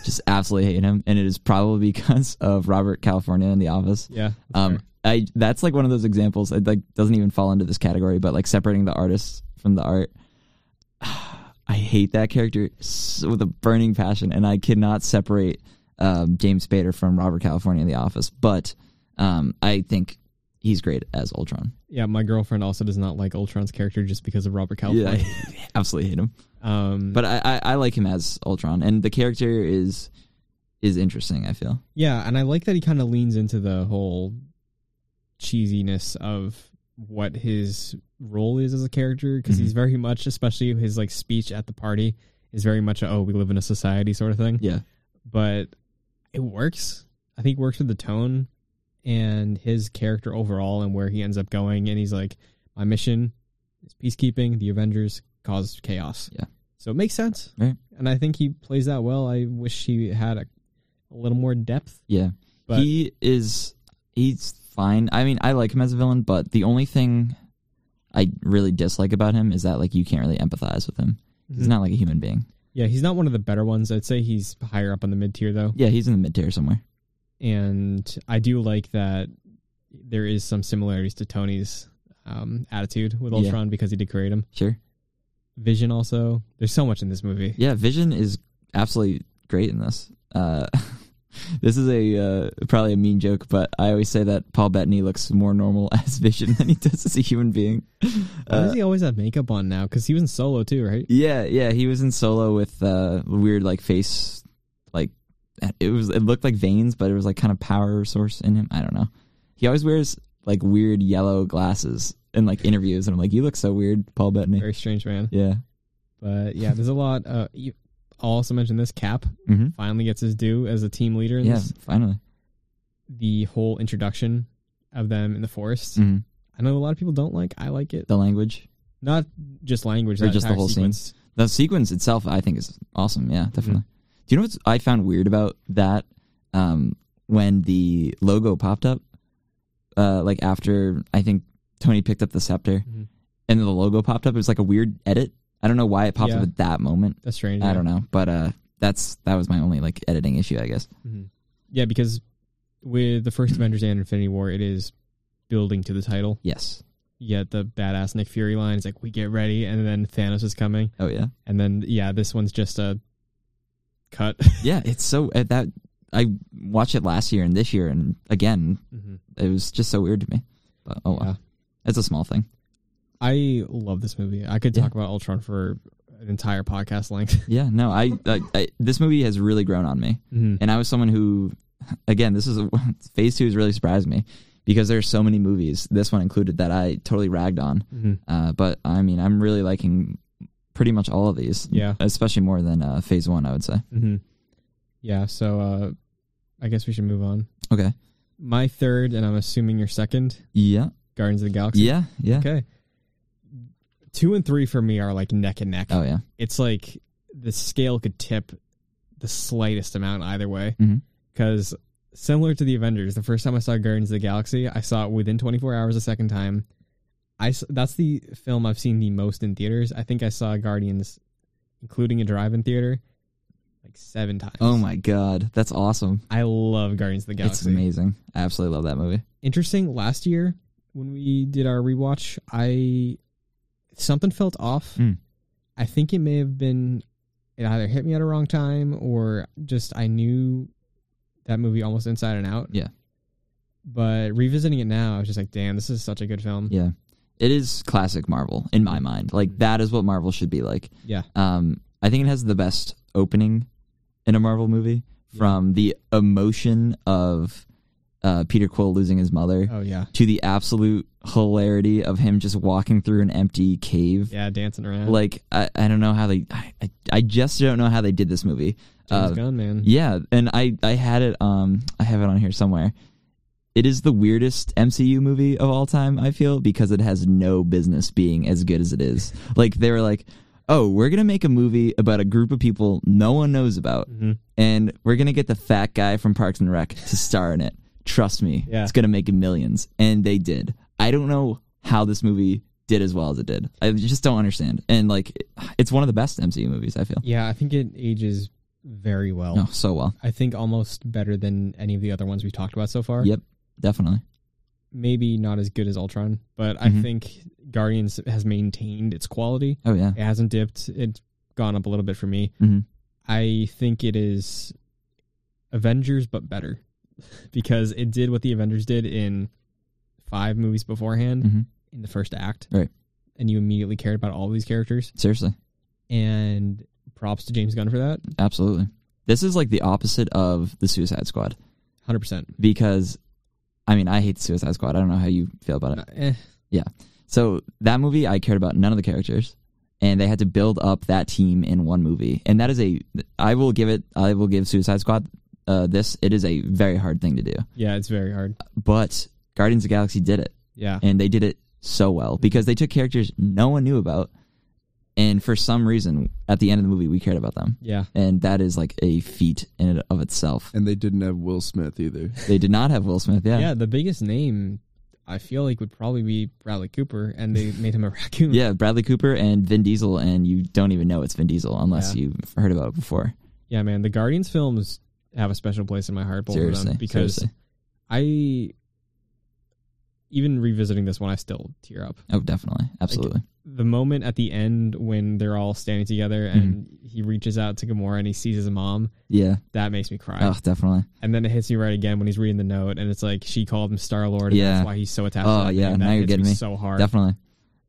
Speaker 3: just absolutely hate him, and it is probably because of Robert California in The Office.
Speaker 2: Yeah.
Speaker 3: Um, I that's like one of those examples. It like doesn't even fall into this category, but like separating the artist from the art. I hate that character s with a burning passion, and I cannot separate um, James Spader from Robert California in The Office. But um, I think he's great as Ultron.
Speaker 2: yeah, my girlfriend also does not like Ultron's character just because of Robert California.
Speaker 3: Yeah, I absolutely hate him.
Speaker 2: Um,
Speaker 3: But I, I, I like him as Ultron, and the character is is interesting. I feel
Speaker 2: yeah, and I like that he kind of leans into the whole cheesiness of what his role is as a character because
Speaker 3: Mm-hmm.
Speaker 2: he's very much, especially his like speech at the party, is very much a, oh we live in a society sort of thing.
Speaker 3: yeah,
Speaker 2: but it works. I think it works with the tone and his character overall and where he ends up going. And he's like, my mission is peacekeeping. The Avengers cause chaos.
Speaker 3: Yeah.
Speaker 2: So it makes sense.
Speaker 3: Right.
Speaker 2: And I think he plays that well. I wish he had a, a little more depth.
Speaker 3: yeah.
Speaker 2: But
Speaker 3: he is he's fine. I mean, I like him as a villain, but the only thing I really dislike about him is that like you can't really empathize with him.
Speaker 2: Mm-hmm.
Speaker 3: He's not like a human being.
Speaker 2: Yeah, he's not one of the better ones. I'd say he's higher up on the mid tier though.
Speaker 3: Yeah, he's in the mid tier somewhere.
Speaker 2: and I do like that there is some similarities to Tony's um, attitude with
Speaker 3: Yeah.
Speaker 2: Ultron because he did create him.
Speaker 3: Sure.
Speaker 2: Vision also. There's so much in this movie.
Speaker 3: Yeah, Vision is absolutely great in this. Uh, this is a uh, probably a mean joke, but I always say that Paul Bettany looks more normal as Vision than he does as a human being.
Speaker 2: Why
Speaker 3: Uh,
Speaker 2: does he always have makeup on now? Because he was in Solo too, right?
Speaker 3: Yeah, yeah, he was in Solo with uh weird like face like it was it looked like veins, but it was like kind of power source in him. I don't know. He always wears like weird yellow glasses in like interviews and I'm like, "You look so weird, Paul Bettany."
Speaker 2: Very strange man.
Speaker 3: Yeah.
Speaker 2: But yeah, there's a lot. Uh, you, I'll also mention this Cap
Speaker 3: hmm
Speaker 2: finally gets his due as a team leader. In
Speaker 3: Yeah,
Speaker 2: this.
Speaker 3: finally.
Speaker 2: The whole introduction of them in the forest.
Speaker 3: hmm
Speaker 2: I know a lot of people don't like. I like it.
Speaker 3: The language.
Speaker 2: Not just language,
Speaker 3: Or
Speaker 2: that
Speaker 3: just the
Speaker 2: entire
Speaker 3: whole scene.
Speaker 2: sequence.
Speaker 3: The sequence itself, I think, is awesome. Yeah, definitely.
Speaker 2: Mm-hmm.
Speaker 3: Do you know what I found weird about that? Um, when the logo popped up, uh, like after I think Tony picked up the scepter,
Speaker 2: Mhm.
Speaker 3: and the logo popped up. It was like a weird edit. I don't know why it popped
Speaker 2: Yeah.
Speaker 3: up at that moment.
Speaker 2: That's strange.
Speaker 3: I
Speaker 2: yeah.
Speaker 3: don't know, but uh, that's that was my only like editing issue, I guess.
Speaker 2: Yeah, because with the first Avengers and Infinity War, it is building to the title.
Speaker 3: Yes.
Speaker 2: Yet the badass Nick Fury line is like, "We get ready," and then Thanos is coming,
Speaker 3: Oh yeah.
Speaker 2: and then yeah, this one's just a cut.
Speaker 3: Yeah. It's so uh, that I watched it last year and this year, and again,
Speaker 2: Mhm.
Speaker 3: it was just so weird to me. But oh well,
Speaker 2: Yeah.
Speaker 3: it's a small thing.
Speaker 2: I love this movie. I could
Speaker 3: Yeah.
Speaker 2: talk about Ultron for an entire podcast length.
Speaker 3: Yeah, no, I, I, I this movie has really grown on me,
Speaker 2: Mhm.
Speaker 3: and I was someone who, again, this is a, phase two has really surprised me because there's so many movies, this one included, that I totally ragged on.
Speaker 2: Mhm.
Speaker 3: Uh, but I mean, I'm really liking pretty much all of these,
Speaker 2: Yeah.
Speaker 3: especially more than uh, phase one, I would say.
Speaker 2: Mhm. Yeah. So uh, I guess we should move on.
Speaker 3: Okay,
Speaker 2: My third, and I'm assuming your second,
Speaker 3: yeah,
Speaker 2: Guardians of the Galaxy.
Speaker 3: yeah, yeah.
Speaker 2: Okay. Two and three for me are like neck and neck.
Speaker 3: Oh yeah,
Speaker 2: it's like the scale could tip the slightest amount either way.
Speaker 3: Mhm.
Speaker 2: Because similar to the Avengers, the first time I saw Guardians of the Galaxy, I saw it within 24 hours the second time. I s- that's the film I've seen the most in theaters. I think I saw Guardians, including a drive-in theater, like seven times.
Speaker 3: oh my god, that's awesome.
Speaker 2: I love Guardians of the
Speaker 3: It's
Speaker 2: Galaxy.
Speaker 3: amazing. I absolutely love that movie.
Speaker 2: Interesting. Last year when we did our rewatch, I something felt off.
Speaker 3: Hmm.
Speaker 2: I think it may have been it either hit me at a wrong time or just I knew that movie almost inside and out.
Speaker 3: Yeah.
Speaker 2: But revisiting it now, I was just like, damn, this is such a good film.
Speaker 3: Yeah, it is classic Marvel in my mind. Like that is what Marvel should be like.
Speaker 2: Yeah.
Speaker 3: Um, I think it has the best opening in a Marvel movie from the emotion of uh, Peter Quill losing his mother
Speaker 2: Oh yeah.
Speaker 3: to the absolute hilarity of him just walking through an empty cave.
Speaker 2: Yeah, dancing around.
Speaker 3: Like I, I don't know how they I, I, I just don't know how they did this movie.
Speaker 2: James
Speaker 3: Uh,
Speaker 2: Gunn, man.
Speaker 3: yeah, and I I had it um I have it on here somewhere. It is the weirdest MCU movie of all time, I feel, because it has no business being as good as it is. Like they were like, "Oh, we're going to make a movie about a group of people no one knows about
Speaker 2: Mhm.
Speaker 3: and we're going to get the fat guy from Parks and Rec to star in it. Trust me,
Speaker 2: Yeah.
Speaker 3: it's going to make millions." And they did. I don't know how this movie did as well as it did. I just don't understand. And like it's one of the best MCU movies, I feel.
Speaker 2: Yeah, I think it ages very well.
Speaker 3: No, so well.
Speaker 2: I think almost better than any of the other ones we've talked about so far.
Speaker 3: Yep, definitely.
Speaker 2: maybe not as good as Ultron, but I
Speaker 3: Mhm.
Speaker 2: think Guardians has maintained its quality.
Speaker 3: Oh yeah.
Speaker 2: It hasn't dipped. It's gone up a little bit for me.
Speaker 3: Mhm.
Speaker 2: I think it is Avengers, but better because it did what the Avengers did in five movies beforehand
Speaker 3: Mhm.
Speaker 2: in the first act.
Speaker 3: Right.
Speaker 2: And you immediately cared about all these characters.
Speaker 3: Seriously,
Speaker 2: And props to James Gunn for that.
Speaker 3: absolutely. This is like the opposite of the Suicide Squad
Speaker 2: 100%.
Speaker 3: because, I mean, I hate the Suicide Squad. I don't know how you feel about
Speaker 2: Uh,
Speaker 3: it.
Speaker 2: eh.
Speaker 3: So that movie, I cared about none of the characters, and they had to build up that team in one movie, and that is a. I will give it. I will give Suicide Squad. Uh, this it is a very hard thing to do,
Speaker 2: Yeah, it's very hard.
Speaker 3: but Guardians of the Galaxy did it,
Speaker 2: Yeah.
Speaker 3: and they did it so well because they took characters no one knew about and for some reason, at the end of the movie, we cared about them,
Speaker 2: Yeah.
Speaker 3: and that is like a feat in and of itself.
Speaker 4: And they didn't have Will Smith either.
Speaker 3: They did not have Will Smith. Yeah,
Speaker 2: yeah, The biggest name I feel like would probably be Bradley Cooper, and they made him a raccoon.
Speaker 3: Yeah, Bradley Cooper and Vin Diesel, and you don't even know it's Vin Diesel unless
Speaker 2: Yeah.
Speaker 3: you've heard about it before.
Speaker 2: Yeah, man. The Guardians films have a special place in my heart, both of
Speaker 3: Seriously,
Speaker 2: them, because
Speaker 3: seriously.
Speaker 2: I even revisiting this one, I still tear up.
Speaker 3: Oh, definitely, absolutely.
Speaker 2: The moment at the end when they're all standing together and
Speaker 3: Mm-hmm.
Speaker 2: he reaches out to Gamora and he sees his mom,
Speaker 3: yeah.
Speaker 2: that makes me cry.
Speaker 3: Oh, definitely.
Speaker 2: And then it hits me right again when he's reading the note, and it's like she called him Star Lord, and
Speaker 3: Yeah.
Speaker 2: that's why he's so attached.
Speaker 3: Oh,
Speaker 2: to that
Speaker 3: yeah,
Speaker 2: name. That
Speaker 3: now you're
Speaker 2: hits
Speaker 3: getting me.
Speaker 2: so hard.
Speaker 3: Definitely.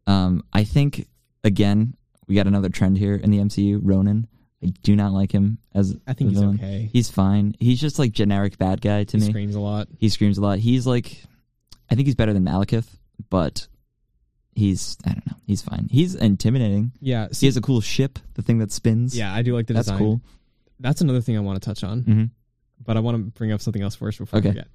Speaker 3: Um, I think again we got another trend here in the MCU. Ronan, I do not like him as.
Speaker 2: I think
Speaker 3: the
Speaker 2: he's
Speaker 3: villain.
Speaker 2: okay.
Speaker 3: He's fine. He's just like generic bad guy to
Speaker 2: he
Speaker 3: me.
Speaker 2: screams a lot.
Speaker 3: He screams a lot. He's like, I think he's better than Malekith, but he's I don't know. He's fine. He's intimidating.
Speaker 2: Yeah,
Speaker 3: He
Speaker 2: see,
Speaker 3: has a cool ship, the thing that spins.
Speaker 2: yeah, I do like the
Speaker 3: that's
Speaker 2: design.
Speaker 3: cool.
Speaker 2: That's another thing I want to touch on,
Speaker 3: Mhm.
Speaker 2: but I want to bring up something else first before
Speaker 3: Okay.
Speaker 2: I forget.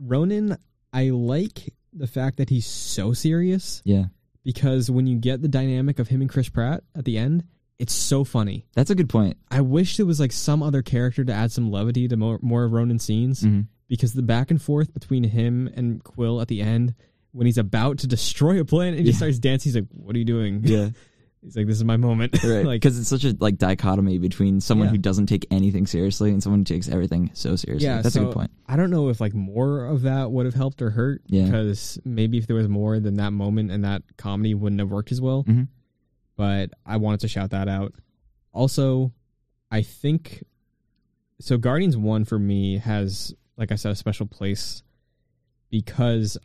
Speaker 2: Ronan, I like the fact that he's so serious
Speaker 3: Yeah,
Speaker 2: because when you get the dynamic of him and Chris Pratt at the end, it's so funny.
Speaker 3: that's a good point.
Speaker 2: I wish there was like some other character to add some levity to more, more of Ronan's scenes
Speaker 3: Mhm.
Speaker 2: because the back and forth between him and Quill at the end when he's about to destroy a planet and he
Speaker 3: Yeah.
Speaker 2: starts dancing, he's like, "What are you doing?"
Speaker 3: Yeah,
Speaker 2: He's like, "This is my moment."
Speaker 3: right.
Speaker 2: like,
Speaker 3: Because it's such a like dichotomy between someone
Speaker 2: Yeah.
Speaker 3: who doesn't take anything seriously and someone who takes everything so seriously.
Speaker 2: Yeah,
Speaker 3: that's a
Speaker 2: so-
Speaker 3: good point.
Speaker 2: I don't know if like more of that would have helped or hurt.
Speaker 3: Yeah.
Speaker 2: Because maybe if there was more, then that moment and that comedy wouldn't have worked as well.
Speaker 3: Mhm.
Speaker 2: But I wanted to shout that out. Also, I think so. Guardians One for me has, like I said, a special place because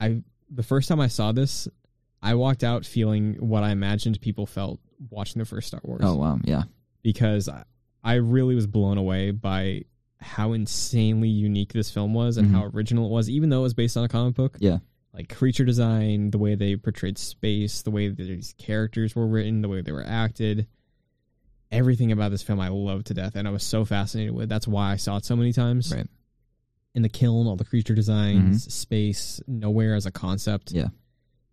Speaker 2: I the first time I saw this, I walked out feeling what I imagined people felt watching the first Star Wars
Speaker 3: Oh wow, yeah,
Speaker 2: because I- I really was blown away by how insanely unique this film was and how original it was, even though it was based on a comic book.
Speaker 3: Yeah.
Speaker 2: Like creature design, the way they portrayed space, the way that these characters were written, the way they were acted. Everything about this film I loved to death and I was so fascinated with. That's why I saw it so many times.
Speaker 3: Right. Mm-hmm.
Speaker 2: In the kiln, all the creature designs, space, nowhere as a concept.
Speaker 3: Yeah.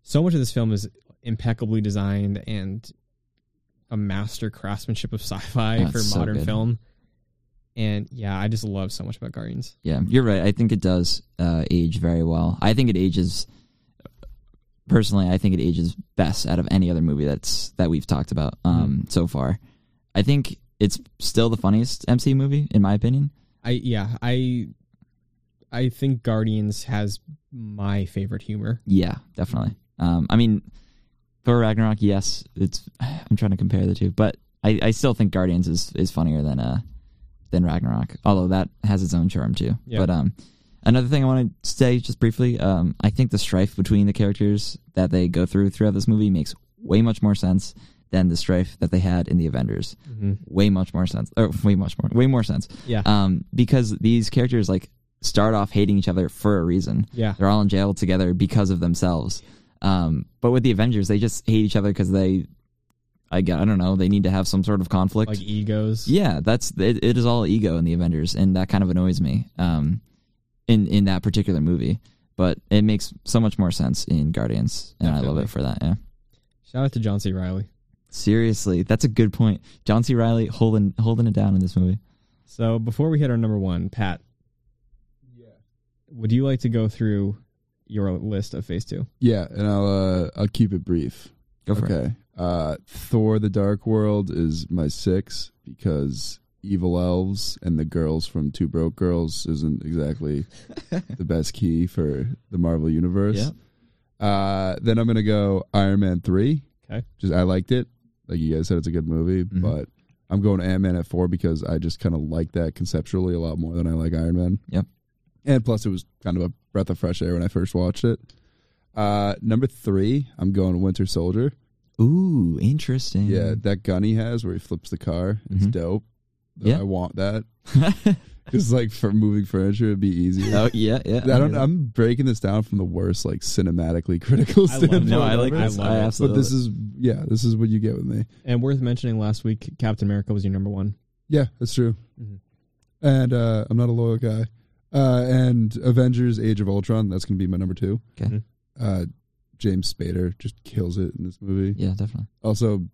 Speaker 2: So much of this film is impeccably designed and a master craftsmanship of sci-fi
Speaker 3: Oh,
Speaker 2: for
Speaker 3: it's so
Speaker 2: modern
Speaker 3: good.
Speaker 2: film. And yeah, I just love so much about Guardians.
Speaker 3: yeah. You're right. I think it does uh, age very well. I think it ages. Personally, I think it ages best out of any other movie that's that we've talked about um,
Speaker 2: Mm-hmm.
Speaker 3: so far. I think it's still the funniest MCU movie, in my opinion.
Speaker 2: I yeah, I I think Guardians has my favorite humor.
Speaker 3: Yeah, definitely. Um, I mean, Thor Ragnarok, yes, it's. I'm trying to compare the two, but I, I still think Guardians is, is funnier than uh than Ragnarok, although that has its own charm too.
Speaker 2: Yeah.
Speaker 3: But um, another thing I want to say just briefly, um, I think the strife between the characters that they go through throughout this movie makes way much more sense than the strife that they had in the Avengers. Way much more sense, or way much more, way more sense.
Speaker 2: Yeah.
Speaker 3: Um, because these characters like start off hating each other for a reason.
Speaker 2: Yeah.
Speaker 3: They're all in jail together because of themselves. Um, but with the Avengers, they just hate each other because they, I gu- I don't know, they need to have some sort of conflict.
Speaker 2: Like egos.
Speaker 3: yeah, that's it, it is all ego in the Avengers, and that kind of annoys me. Um, in in that particular movie, but it makes so much more sense in Guardians, and I love
Speaker 2: Definitely.
Speaker 3: it for that. Yeah,
Speaker 2: Shout out to John C. Riley.
Speaker 3: seriously, that's a good point. John C. Riley holding holding it down in this movie.
Speaker 2: So before we hit our number one, Pat. Would you like to go through your list of phase two?
Speaker 4: Yeah, and I'll uh, I'll keep it brief.
Speaker 3: Go for it.
Speaker 4: okay. Uh, Thor: The Dark World is my six because evil elves and the girls from Two Broke Girls isn't exactly the best key for the Marvel universe.
Speaker 3: Yeah.
Speaker 4: Uh, then I'm gonna go Iron Man three.
Speaker 2: Okay.
Speaker 4: Just I liked it. Like you guys said, it's a good movie,
Speaker 3: Mhm.
Speaker 4: but I'm going Ant Man at four because I just kind of like that conceptually a lot more than I like Iron Man.
Speaker 3: Yep.
Speaker 4: And plus, it was kind of a breath of fresh air when I first watched it. Uh, number three, I'm going Winter Soldier.
Speaker 3: Mm-hmm. Ooh, interesting.
Speaker 4: Yeah, that gun he has where he flips the car, it's
Speaker 3: Mhm.
Speaker 4: dope.
Speaker 3: Yeah.
Speaker 4: I want that. Just like for moving furniture, it'd be easier.
Speaker 3: oh yeah, yeah.
Speaker 4: I don't. I'm breaking this down from the worst, like cinematically critical
Speaker 2: I love it.
Speaker 4: standpoint.
Speaker 3: No, I like
Speaker 2: I
Speaker 3: this.
Speaker 2: love
Speaker 3: I,
Speaker 2: it. But
Speaker 4: But
Speaker 3: absolutely.
Speaker 4: this is yeah, this is what you get with me.
Speaker 2: And worth mentioning last week, Captain America was your number one.
Speaker 4: Yeah, that's true.
Speaker 2: Mhm.
Speaker 3: Mm-hmm.
Speaker 4: And uh, I'm not a loyal guy. Uh, and Avengers: Age of Ultron. That's gonna be my number two.
Speaker 3: Okay.
Speaker 4: Uh, James Spader just kills it in this movie.
Speaker 3: yeah, definitely.
Speaker 4: Also,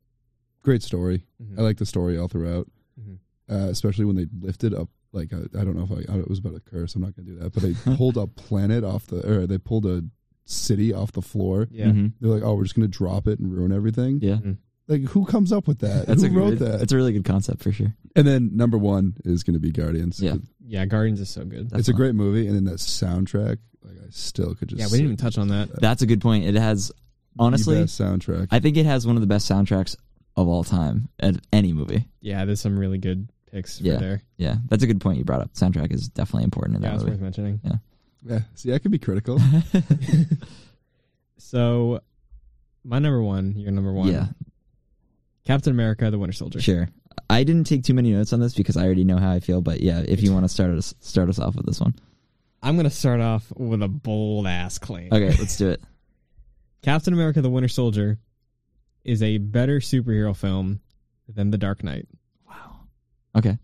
Speaker 4: great story.
Speaker 3: Mm-hmm.
Speaker 2: Mhm.
Speaker 3: Oh,
Speaker 4: I like the story all throughout,
Speaker 2: Mhm.
Speaker 4: uh, especially when they lifted up. Like I I don't know if I, I it was about a curse. I'm not gonna do that, but they pulled a planet off the or they pulled a city off the floor.
Speaker 2: Yeah.
Speaker 3: Mhm.
Speaker 4: They're like, oh, we're just gonna drop it and ruin everything.
Speaker 3: Yeah.
Speaker 4: Like who comes up with that?
Speaker 3: That's
Speaker 4: who
Speaker 3: a good,
Speaker 4: wrote that?
Speaker 3: That's a really good concept for sure.
Speaker 4: And then number one is gonna be Guardians.
Speaker 3: Yeah.
Speaker 2: Yeah, Guardians is so good.
Speaker 3: That's
Speaker 4: it's a
Speaker 3: fun.
Speaker 4: great movie, and then that soundtrack, like I still could just
Speaker 2: yeah, we
Speaker 4: sit-
Speaker 2: didn't even touch on that.
Speaker 3: That's a good point. It has honestly,
Speaker 4: the best soundtrack.
Speaker 3: I think it has one of the best soundtracks of all time of any movie.
Speaker 2: Yeah, there's some really good picks for
Speaker 3: Yeah.
Speaker 2: there.
Speaker 3: Yeah, that's a good point you brought up. Soundtrack is definitely important in
Speaker 2: Yeah,
Speaker 3: that
Speaker 2: it's worth
Speaker 3: movie.
Speaker 2: mentioning.
Speaker 4: yeah, see, I could be critical.
Speaker 2: So, my number one, your number one,
Speaker 3: yeah,
Speaker 2: Captain America: The Winter Soldier.
Speaker 3: sure. I didn't take too many notes on this because I already know how I feel. But yeah, if you want to start us start us off with this one,
Speaker 2: I'm gonna start off with a bold ass claim.
Speaker 3: okay, let's do it.
Speaker 2: Captain America: The Winter Soldier is a better superhero film than The Dark Knight.
Speaker 3: Wow. Okay.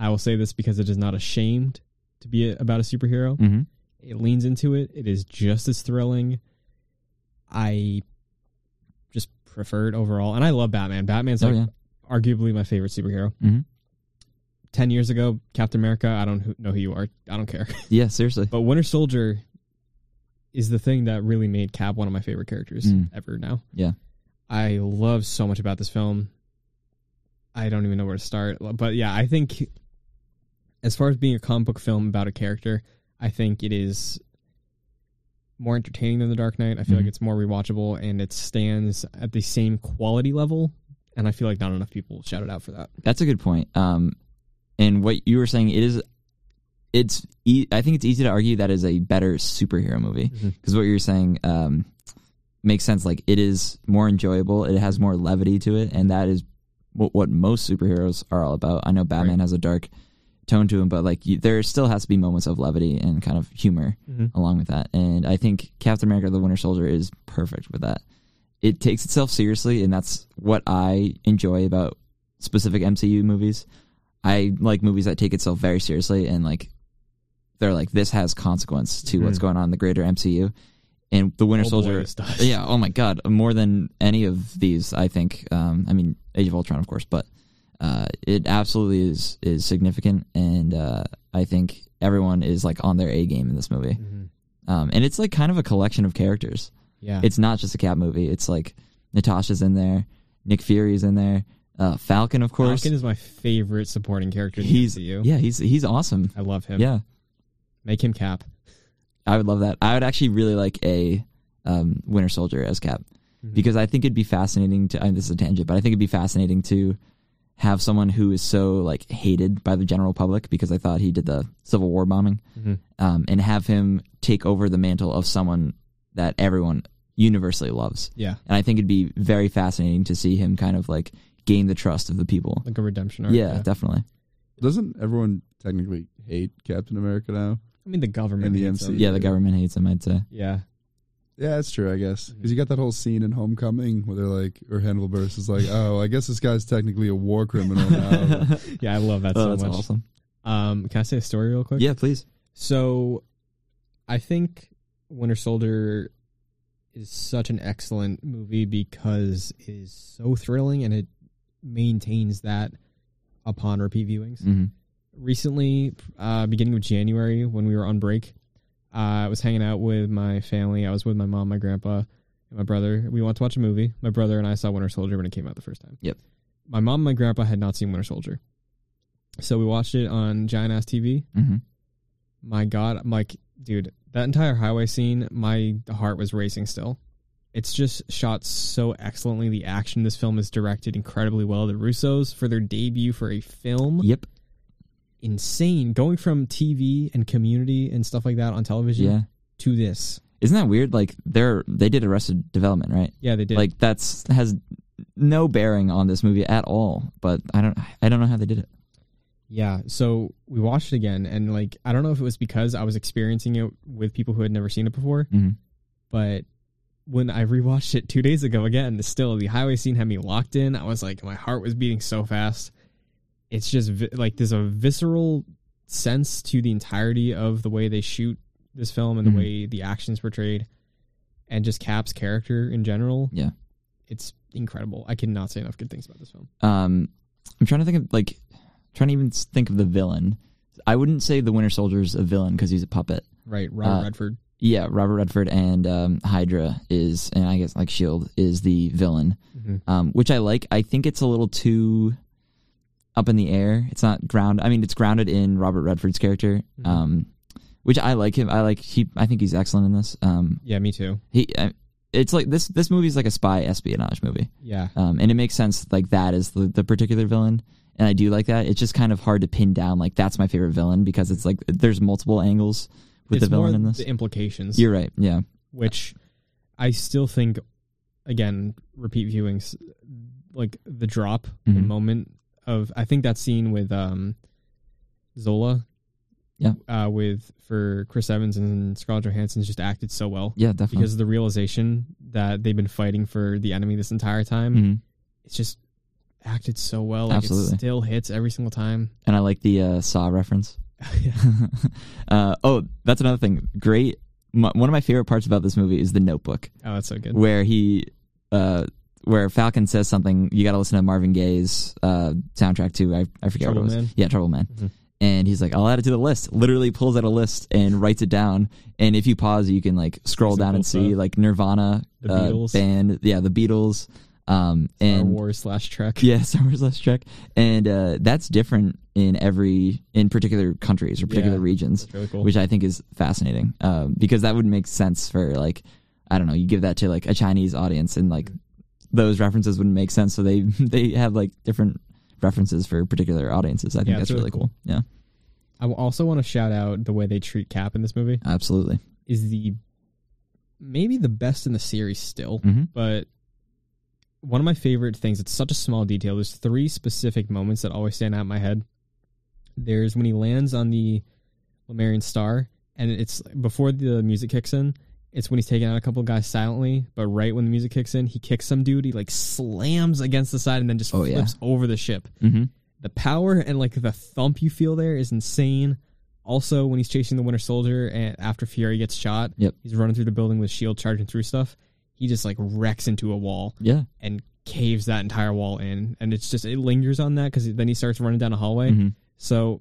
Speaker 2: I will say this because it is not ashamed to be a, about a superhero.
Speaker 3: Mm-hmm.
Speaker 2: It leans into it. It is just as thrilling. I just prefer it overall, and I love Batman. Batman's
Speaker 3: Oh
Speaker 2: like
Speaker 3: yeah.
Speaker 2: arguably my favorite superhero.
Speaker 3: Mhm.
Speaker 2: Ten years ago, Captain America. I don't who- know who you are. I don't care.
Speaker 3: Yeah. Seriously.
Speaker 2: But Winter Soldier is the thing that really made Cap one of my favorite characters
Speaker 3: Mm.
Speaker 2: ever. Now,
Speaker 3: Yeah.
Speaker 2: I love so much about this film. I don't even know where to start. But yeah, I think as far as being a comic book film about a character, I think it is more entertaining than The Dark Knight. I feel like
Speaker 3: Mhm.
Speaker 2: it's more rewatchable and it stands at the same quality level. And I feel like not enough people shout it out for that.
Speaker 3: That's a good point. Um, and what you were saying, it is, it's. E- I think it's easy to argue that is a better superhero movie because
Speaker 2: Mhm.
Speaker 3: what you're saying um, makes sense. Like it is more enjoyable. It has more levity to it, and that is what, what most superheroes are all about. I know Batman
Speaker 2: Right.
Speaker 3: has a dark tone to him, but like you, there still has to be moments of levity and kind of humor
Speaker 2: Mhm.
Speaker 3: along with that. And I think Captain America: The Winter Soldier is perfect with that. It takes itself seriously, and that's what I enjoy about specific MCU movies. I like movies that take itself very seriously and like they're like this has consequence to what's
Speaker 2: Mhm.
Speaker 3: going on in the greater MCU. And the Winter
Speaker 2: Oh, boy,
Speaker 3: Soldier,
Speaker 2: this does.
Speaker 3: yeah, oh my god, more than any of these, I think. Um, I mean, Age of Ultron, of course, but uh, it absolutely is is significant, and uh, I think everyone is like on their A game in this movie.
Speaker 2: Mhm.
Speaker 3: Um, and it's like kind of a collection of characters.
Speaker 2: Yeah.
Speaker 3: It's not just a cat movie. It's like Natasha's in there, Nick Fury's in there, uh, Falcon, of course.
Speaker 2: Falcon is my favorite supporting character. In
Speaker 3: he's
Speaker 2: the MCU.
Speaker 3: yeah, he's he's awesome.
Speaker 2: I love him.
Speaker 3: Yeah,
Speaker 2: Make him Cap.
Speaker 3: I would love that. I would actually really like a um, Winter Soldier as Cap
Speaker 2: Mhm.
Speaker 3: because I think it'd be fascinating to. I this is a tangent, but I think it'd be fascinating to have someone who is so like hated by the general public because I thought he did the Civil War bombing,
Speaker 2: Mhm.
Speaker 3: um, and have him take over the mantle of someone that everyone universally loves.
Speaker 2: Yeah.
Speaker 3: And I think it'd be very fascinating to see him kind of like gain the trust of the people.
Speaker 2: Like a redemption arc.
Speaker 3: Yeah, definitely.
Speaker 4: Doesn't everyone technically hate Captain America now?
Speaker 2: I mean, the government.
Speaker 4: And the
Speaker 2: hates him.
Speaker 4: MCU.
Speaker 3: Yeah, the government hates him, I'd say.
Speaker 2: Yeah.
Speaker 4: Yeah, that's true, I guess.
Speaker 2: Mm-hmm.
Speaker 4: Because you got that whole scene in Homecoming where they're like, or Handelburst is like, oh, I guess this guy's technically a war
Speaker 2: Oh,
Speaker 4: criminal now.
Speaker 2: Yeah, I love that
Speaker 3: oh,
Speaker 2: so
Speaker 3: that's
Speaker 2: much.
Speaker 3: awesome.
Speaker 2: Um, can I say a story real quick?
Speaker 3: Yeah, please.
Speaker 2: So, I think Winter Soldier is such an excellent movie because it is so thrilling and it maintains that upon repeat viewings.
Speaker 3: hmm
Speaker 2: recently, uh, beginning of January, when we were on break, uh, I was hanging out with my family. I was with my mom, my grandpa, and my brother. We went to watch a movie. My brother and I saw Winter Soldier when it came out the first time.
Speaker 3: Yep.
Speaker 2: My mom and my grandpa had not seen Winter Soldier. So we watched it on Giant Ass TV.
Speaker 3: hmm
Speaker 2: My God, I'm like, dude, that entire highway scene, my heart was racing still. It's just shot so excellently. The action in this film is directed incredibly well. The Russos, for their debut for a film,
Speaker 3: Yep.
Speaker 2: insane going from TV and community and stuff like that on television
Speaker 3: Yeah.
Speaker 2: to this.
Speaker 3: Isn't that weird? Like they're they did Arrested Development, right?
Speaker 2: Yeah, they did.
Speaker 3: Like that's has no bearing on this movie at all. But I don't I don't know how they did it.
Speaker 2: yeah, so we watched it again and like I don't know if it was because I was experiencing it with people who had never seen it before,
Speaker 3: Mhm.
Speaker 2: but when I rewatched it 2 days ago again, still the highway scene had me locked in. I was like my heart was beating so fast. It's just vi- like there's a visceral sense to the entirety of the way they shoot this film and
Speaker 3: Mhm.
Speaker 2: the way the action's portrayed and just Cap's character in general.
Speaker 3: Yeah.
Speaker 2: It's incredible. I cannot say enough good things about this film.
Speaker 3: Um, I'm trying to think of like trying to even s- think of the villain. I wouldn't say the Winter Soldier's a villain because he's a puppet.
Speaker 2: Right, Robert
Speaker 3: Uh,
Speaker 2: Redford.
Speaker 3: Yeah, Robert Redford and um, Hydra is, and I guess like Shield is the villain,
Speaker 2: Mhm.
Speaker 3: um, which I like. I think it's a little too up in the air. It's not ground. I mean, it's grounded in Robert Redford's character,
Speaker 2: Mm-hmm.
Speaker 3: um, which I like him. I like he. I think he's excellent in this. Um,
Speaker 2: Yeah, me too.
Speaker 3: he. I, it's like this. This movie is like a spy espionage movie
Speaker 2: Yeah,
Speaker 3: um, and it makes sense like that is the, the particular villain and i do like that it's just kind of hard to pin down like that's my favorite villain because it's like there's multiple angles with
Speaker 2: it's
Speaker 3: the villain
Speaker 2: more
Speaker 3: in this
Speaker 2: the implications,
Speaker 3: you're right yeah
Speaker 2: which I still think, again, repeat viewings, like the drop, the
Speaker 3: Mhm.
Speaker 2: moment of. I think that scene with um, Zola,
Speaker 3: Yeah.
Speaker 2: uh, with for Chris Evans and Scarlett Johansson just acted so well
Speaker 3: yeah definitely
Speaker 2: because of the realization that they've been fighting for the enemy this entire time.
Speaker 3: Mhm.
Speaker 2: It's just acted so well. Like
Speaker 3: Absolutely.
Speaker 2: It still hits every single time.
Speaker 3: and i like the uh, saw reference uh, oh that's another thing great my, one of my favorite parts about this movie is the notebook
Speaker 2: Oh, that's so good.
Speaker 3: where he uh, where Falcon says something, you got to listen to Marvin Gaye's uh, soundtrack too. I, I forget
Speaker 2: Trouble
Speaker 3: what it was.
Speaker 2: Man? Mm-hmm.
Speaker 3: Yeah, Trouble Man. And he's like, I'll add it to the list. Literally pulls out a list and writes it down. And if you pause, you can like scroll
Speaker 2: Some
Speaker 3: down
Speaker 2: cool
Speaker 3: and see
Speaker 2: stuff.
Speaker 3: like Nirvana,
Speaker 2: The
Speaker 3: uh,
Speaker 2: Beatles.
Speaker 3: band, yeah, the Beatles, um,
Speaker 2: Star
Speaker 3: and
Speaker 2: Wars slash Trek.
Speaker 3: yeah, Star Wars Last Trek, and uh, that's different in every in particular countries or particular
Speaker 2: Yeah.
Speaker 3: regions
Speaker 2: It's really cool.
Speaker 3: which I think is fascinating um, because that would make sense for like I don't know you give that to like a Chinese audience and like those references wouldn't make sense so they they have like different references for particular audiences I think
Speaker 2: Yeah, it's
Speaker 3: that's
Speaker 2: really
Speaker 3: really cool. yeah
Speaker 2: I w- also want to shout out the way they treat Cap in this movie
Speaker 3: absolutely
Speaker 2: is the maybe the best in the series still,
Speaker 3: Mhm.
Speaker 2: but one of my favorite things. It's such a small detail. There's three specific moments that always stand out in my head. There's when he lands on the Lemurian star, and it's before the music kicks in. It's when he's taking out a couple guys silently, but right when the music kicks in, he kicks some dude. He like slams against the side and then just
Speaker 3: Oh, yeah.
Speaker 2: flips over the ship
Speaker 3: hmm
Speaker 2: the power and like the thump you feel there is insane. Also, when he's chasing the Winter Soldier and after Fury gets shot,
Speaker 3: Yep.
Speaker 2: he's running through the building with shield charging through stuff. He just like wrecks into a wall
Speaker 3: yeah
Speaker 2: and caves that entire wall in, and it's just it lingers on that because then he starts running down a hallway.
Speaker 3: Mhm.
Speaker 2: So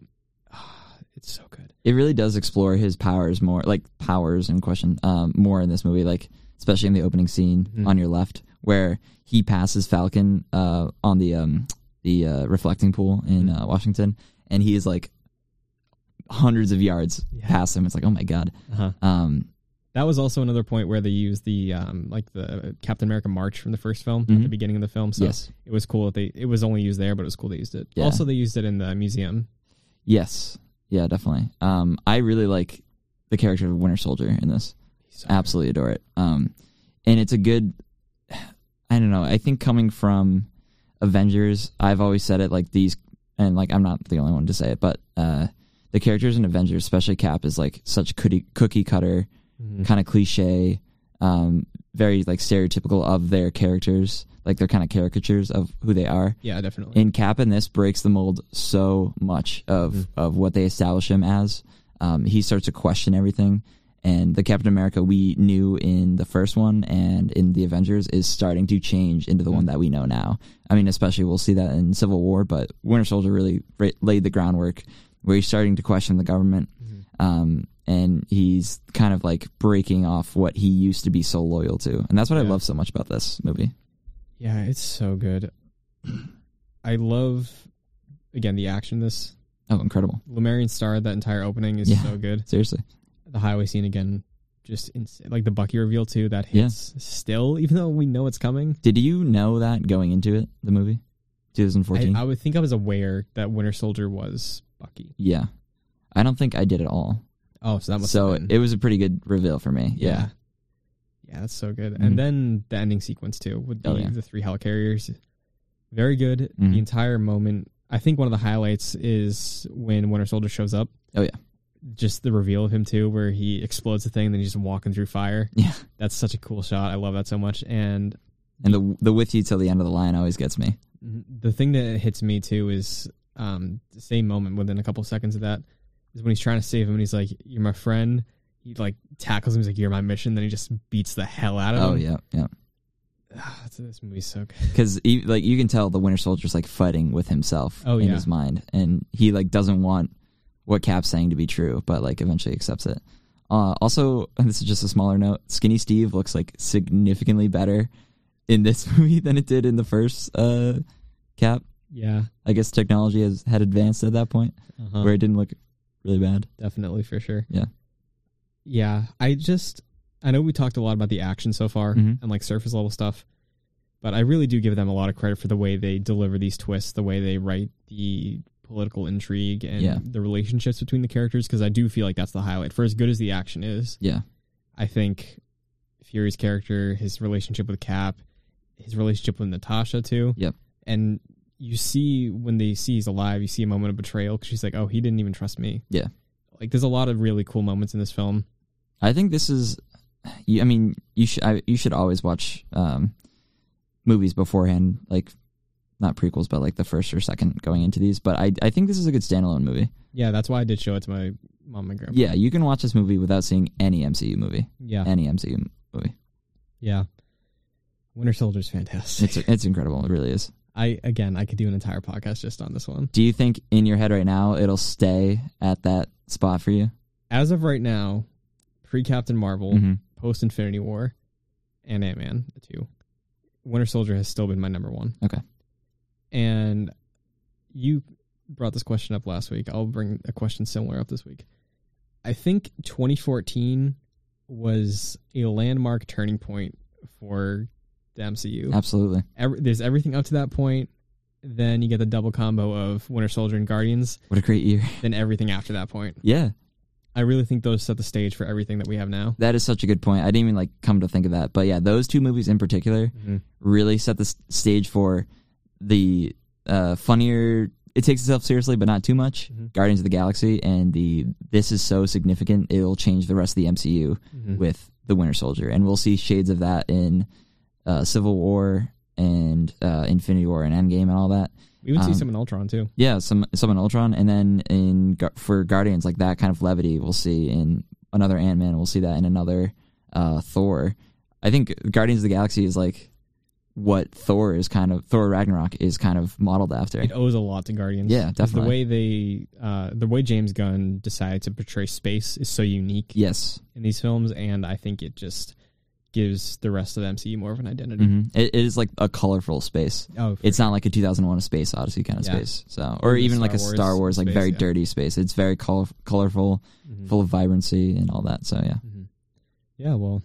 Speaker 2: ah, it's so good.
Speaker 3: it really does explore his powers more like powers in question um, more in this movie like especially in the opening scene on your left where he passes falcon uh, on the um, the uh, reflecting pool in uh, washington and he is like hundreds of yards past him it's like oh my god
Speaker 2: Uh-huh.
Speaker 3: um,
Speaker 2: That was also another point where they used the um like the Captain America march from the first film at the beginning of the film. So
Speaker 3: Mm-hmm. Yes.
Speaker 2: it was cool that they it was only used there, but it was cool they used it.
Speaker 3: Yeah.
Speaker 2: Also, they used it in the museum.
Speaker 3: yes yeah definitely um, i really like the character of winter soldier in this
Speaker 2: So
Speaker 3: absolutely adore it. Um, and it's a good. I don't know. I think coming from Avengers, I've always said it like these, and like I'm not the only one to say it, but uh, the characters in Avengers, especially Cap, is like such cookie cookie cutter,
Speaker 2: Mm-hmm. Mm.
Speaker 3: kind of cliche, um, very like stereotypical of their characters. Like they're kind of caricatures of who they are.
Speaker 2: yeah, definitely.
Speaker 3: And Cap in this breaks the mold so much of of what they establish him as. Um, he starts to question everything, and the Captain America we knew in the first one and in the Avengers is starting to change into the one that we know now. I mean, especially we'll see that in Civil War, but Winter Soldier really ra- laid the groundwork where he's starting to question the government, um, and he's kind of like breaking off what he used to be so loyal to, and that's what I
Speaker 2: Yeah.
Speaker 3: love so much about this movie.
Speaker 2: Yeah, it's so good. I love again the action. in This
Speaker 3: Oh, incredible!
Speaker 2: Lemurian Star, that entire opening is
Speaker 3: Yeah.
Speaker 2: so good.
Speaker 3: Seriously,
Speaker 2: The highway scene again, just ins- like the Bucky reveal too. That hits still, even though we know it's coming.
Speaker 3: Did you know that going into it, the movie,
Speaker 2: I,
Speaker 3: 2014?
Speaker 2: I would think I was aware that Winter Soldier was Bucky.
Speaker 3: yeah, I don't think I did at all.
Speaker 2: Oh, so that must.
Speaker 3: So
Speaker 2: have been.
Speaker 3: it was a pretty good reveal for me. Yeah, Mm-hmm.
Speaker 2: yeah, Yeah, that's so good. And then the ending sequence too with the,
Speaker 3: Oh, yeah.
Speaker 2: the three helicarriers, very good.
Speaker 3: Mhm.
Speaker 2: The entire moment. I think one of the highlights is when Winter Soldier shows up.
Speaker 3: Oh, yeah.
Speaker 2: just the reveal of him too, where he explodes the thing, and then he's just walking through fire.
Speaker 3: yeah.
Speaker 2: That's such a cool shot. I love that so much. And
Speaker 3: And the the with you till the end of the line always gets me.
Speaker 2: the thing that hits me too is um, the same moment within a couple seconds of that is when he's trying to save him, and he's like, "You're my friend." He like tackles him. He's like, "You're my mission." Then he just beats the hell out of
Speaker 3: Oh
Speaker 2: him.
Speaker 3: yeah, yeah.
Speaker 2: Ah, this movie's so good.
Speaker 3: because like you can tell the Winter Soldier's like fighting with himself
Speaker 2: Oh,
Speaker 3: in
Speaker 2: yeah.
Speaker 3: his mind, and he like doesn't want what Cap's saying to be true, but like eventually accepts it. Uh, also, and this is just a smaller note: Skinny Steve looks like significantly better in this movie than it did in the first uh, Cap.
Speaker 2: Yeah,
Speaker 3: I guess technology has had advanced at that point,
Speaker 2: uh-huh.
Speaker 3: where it didn't look really bad.
Speaker 2: definitely for sure.
Speaker 3: Yeah.
Speaker 2: yeah. I just I know we talked a lot about the action so far
Speaker 3: Mhm.
Speaker 2: and like surface level stuff, but I really do give them a lot of credit for the way they deliver these twists, the way they write the political intrigue and
Speaker 3: Yeah.
Speaker 2: the relationships between the characters because I do feel like that's the highlight. For as good as the action is,
Speaker 3: Yeah,
Speaker 2: I think Fury's character, his relationship with Cap, his relationship with Natasha too.
Speaker 3: Yep.
Speaker 2: And you see when they see he's alive, you see a moment of betrayal because she's like, "Oh, he didn't even trust me."
Speaker 3: Yeah.
Speaker 2: Like, there's a lot of really cool moments in this film.
Speaker 3: I think this is. You, I mean, you should I, you should always watch um, movies beforehand, like not prequels, but like the first or second going into these. But I I think this is a good standalone movie.
Speaker 2: Yeah, that's why I did show it to my mom and grandma.
Speaker 3: Yeah, you can watch this movie without seeing any MCU movie,
Speaker 2: Yeah. Yeah.
Speaker 3: any MCU movie.
Speaker 2: Winter Soldier's fantastic.
Speaker 3: It's it's incredible. It really is.
Speaker 2: I again, I could do an entire podcast just on this one.
Speaker 3: Do you think in your head right now it'll stay at that spot for you?
Speaker 2: As of right now, pre Captain Marvel,
Speaker 3: Mhm.
Speaker 2: post Infinity War, and Ant Man, the two. Winter Soldier has still been my number one.
Speaker 3: Okay.
Speaker 2: And you brought this question up last week. I'll bring a question similar up this week. I think 2014 was a landmark turning point for the MCU.
Speaker 3: Absolutely.
Speaker 2: Every, there's everything up to that point. Then you get the double combo of Winter Soldier and Guardians.
Speaker 3: What a great year.
Speaker 2: Then everything after that point.
Speaker 3: Yeah,
Speaker 2: I really think those set the stage for everything that we have now.
Speaker 3: that is such a good point. I didn't even like come to think of that, but yeah, those two movies in particular
Speaker 2: Mhm.
Speaker 3: really set the s- stage for the uh, funnier. It takes itself seriously, but not too much.
Speaker 2: Mhm.
Speaker 3: Guardians of the Galaxy and the this is so significant it'll change the rest of the MCU
Speaker 2: Mhm.
Speaker 3: with the Winter Soldier, and we'll see shades of that in uh, Civil War and uh, Infinity War and Endgame and all that.
Speaker 2: We would see
Speaker 3: Um,
Speaker 2: some in Ultron too.
Speaker 3: Yeah, some some in Ultron, and then in Gu- for Guardians, like that kind of levity we'll see in another Ant Man. We'll see that in another uh, Thor. I think Guardians of the Galaxy is like what Thor is kind of Thor Ragnarok is kind of modeled after.
Speaker 2: It owes a lot to Guardians.
Speaker 3: Yeah,
Speaker 2: 'Cause
Speaker 3: definitely.
Speaker 2: The way they, uh, the way James Gunn decided to portray space is so unique
Speaker 3: yes,
Speaker 2: in these films, and I think it just gives the rest of MCU more of an identity.
Speaker 3: hmm it, it is like a colorful space.
Speaker 2: Oh, for
Speaker 3: Mm-hmm. It's not like a 2001: A Space Odyssey kind of
Speaker 2: Yeah.
Speaker 3: space, so or
Speaker 2: the
Speaker 3: even
Speaker 2: Star
Speaker 3: like a
Speaker 2: Wars
Speaker 3: Star Wars, like
Speaker 2: space,
Speaker 3: very
Speaker 2: yeah.
Speaker 3: dirty space. It's very color- colorful,
Speaker 2: sure. Mhm.
Speaker 3: full of vibrancy and all that. So yeah,
Speaker 2: Mm-hmm. Yeah. Well,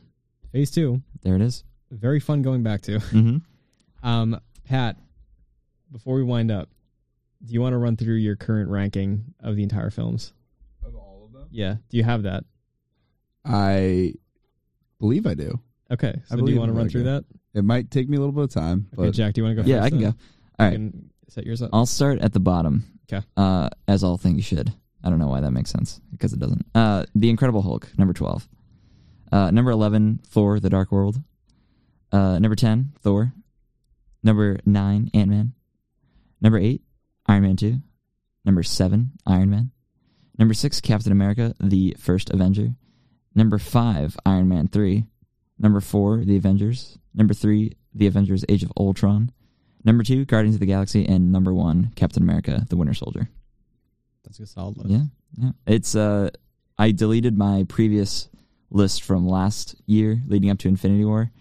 Speaker 2: phase two,
Speaker 3: there it is.
Speaker 2: very fun going back to.
Speaker 3: Mm-hmm.
Speaker 2: Um, Pat, before we wind up, do you want to run through your current ranking of the entire films?
Speaker 4: Of all of them?
Speaker 2: Yeah. Do you have that?
Speaker 4: I believe I do.
Speaker 2: Okay. So do
Speaker 4: believe
Speaker 2: you want to
Speaker 4: in
Speaker 2: run
Speaker 4: that
Speaker 2: through
Speaker 4: guy.
Speaker 2: that?
Speaker 4: It might take me a little bit of time,
Speaker 2: Okay,
Speaker 4: but
Speaker 2: Jack, do you want to go?
Speaker 3: Yeah,
Speaker 2: first
Speaker 3: I can
Speaker 2: then?
Speaker 3: go. All right.
Speaker 2: You can set yours up.
Speaker 3: I'll start at the bottom.
Speaker 2: 'Kay.
Speaker 3: Uh, as all things should. I don't know why that makes sense because it doesn't. Uh, the Incredible Hulk, number twelve. Uh, number eleven, Thor: The Dark World. Uh, number ten, Thor. Number nine, Ant Man. Number eight, Iron Man two. Number seven, Iron Man. Number six, Captain America: The First Avenger. Number five, Iron Man three. Number four, The Avengers. Number three, The Avengers: Age of Ultron. Number two, Guardians of the Galaxy, and number one, Captain America: The Winter Soldier.
Speaker 2: That's a solid list.
Speaker 3: Yeah, yeah. It's uh, I deleted my previous list from last year leading up to Infinity War,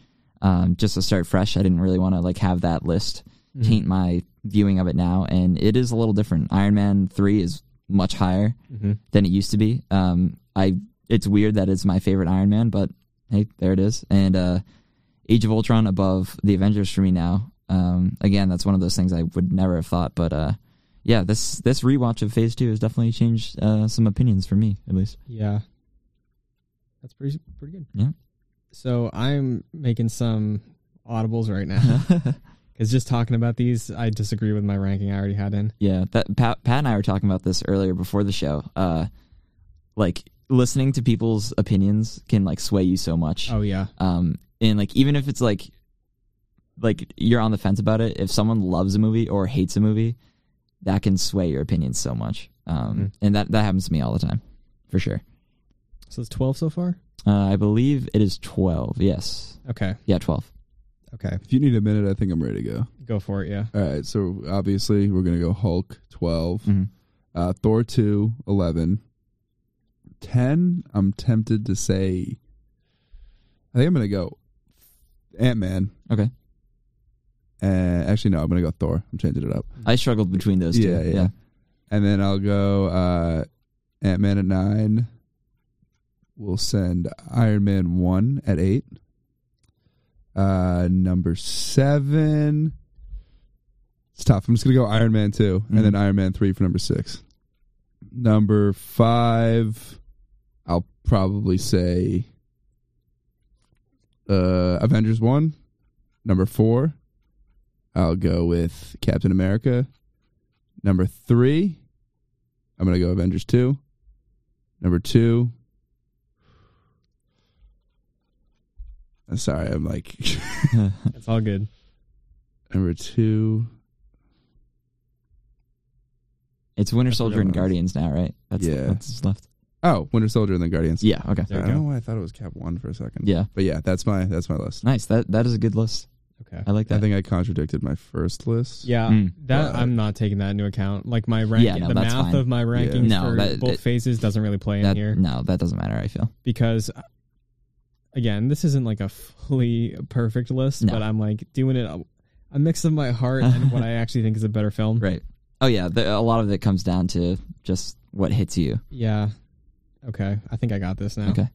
Speaker 3: um, just to start fresh. I didn't really want to like have that list
Speaker 2: Mm-hmm.
Speaker 3: taint my viewing of it now, and it is a little different. Iron Man three is much higher
Speaker 2: Mm-hmm.
Speaker 3: than it used to be. Um, I it's weird that it's my favorite Iron Man, but hey, there it is. And uh, Age of Ultron above the Avengers for me now. Um, again, that's one of those things I would never have thought, but uh, yeah, this this rewatch of Phase Two has definitely changed uh, some opinions for me, at least.
Speaker 2: Yeah. That's pretty pretty good.
Speaker 3: Yeah.
Speaker 2: So I'm making some audibles right
Speaker 3: Uh-huh.
Speaker 2: now because just talking about these, I disagree with my ranking I already had in.
Speaker 3: yeah, that Pat, Pat and I were talking about this earlier before the show. Uh, like listening to people's opinions can like sway you so much.
Speaker 2: Oh yeah,
Speaker 3: um and like even if it's like like you're on the fence about it if someone loves a movie or hates a movie that can sway your opinion so much um
Speaker 4: Mm-hmm.
Speaker 2: Mhm.
Speaker 3: and that that happens to me all the time for sure
Speaker 2: so it's twelve so far.
Speaker 3: uh, i believe it is 12 yes
Speaker 2: Okay,
Speaker 3: yeah 12
Speaker 2: Okay,
Speaker 4: If you need a minute, I think I'm ready to go.
Speaker 2: go for it. Yeah.
Speaker 4: All right. So obviously we're gonna go Hulk 12
Speaker 3: Mhm.
Speaker 4: uh, Thor 2 11, 10. I'm tempted to say. I think I'm gonna go Ant Man.
Speaker 3: Okay.
Speaker 4: Uh, actually, no. I'm gonna go Thor. I'm changing it up,
Speaker 3: I struggled between those two.
Speaker 4: Yeah, yeah. and then I'll go uh, Ant Man at nine. We'll send Iron Man one at eight. Uh, number seven. It's tough. I'm just gonna go Iron Man 2
Speaker 3: Mm-hmm.
Speaker 4: and then Iron Man three for number six. Number five, I'll probably say uh, Avengers one. Number four, I'll go with Captain America. Number three, I'm gonna go Avengers two. Number two. I'm sorry, I'm like
Speaker 2: It's all good.
Speaker 4: number two.
Speaker 3: It's Winter Soldier and
Speaker 4: those.
Speaker 3: Guardians now, right? That's
Speaker 4: Yeah.
Speaker 3: that's left.
Speaker 4: Oh, Winter Soldier and then Guardians.
Speaker 3: Yeah. Okay.
Speaker 2: There
Speaker 4: I
Speaker 2: we
Speaker 4: don't
Speaker 2: go.
Speaker 4: know why I thought it was Cap One for a second.
Speaker 3: Yeah.
Speaker 4: But yeah, that's my that's my list.
Speaker 3: Nice. That that is a good list.
Speaker 2: Okay.
Speaker 3: I like that.
Speaker 4: I think I contradicted my first list.
Speaker 2: Yeah,
Speaker 3: Mm.
Speaker 2: that
Speaker 4: Uh,
Speaker 2: I'm not taking that into account. Like my rank,
Speaker 3: no,
Speaker 2: the
Speaker 3: that's
Speaker 2: math
Speaker 3: fine.
Speaker 2: of my rankings
Speaker 3: No,
Speaker 2: for
Speaker 3: that-
Speaker 2: both
Speaker 3: it-
Speaker 2: phases doesn't really play in
Speaker 3: that
Speaker 2: here
Speaker 3: no, that doesn't matter. I feel.
Speaker 2: because, uh, again, this isn't like a fully perfect list,
Speaker 3: No.
Speaker 2: but I'm like doing it a, a mix of my heart and what I actually think is a better film.
Speaker 3: Right. Oh yeah. The, a lot of it comes down to just what hits you.
Speaker 2: Yeah. Okay, I think I got this now.
Speaker 3: Okay.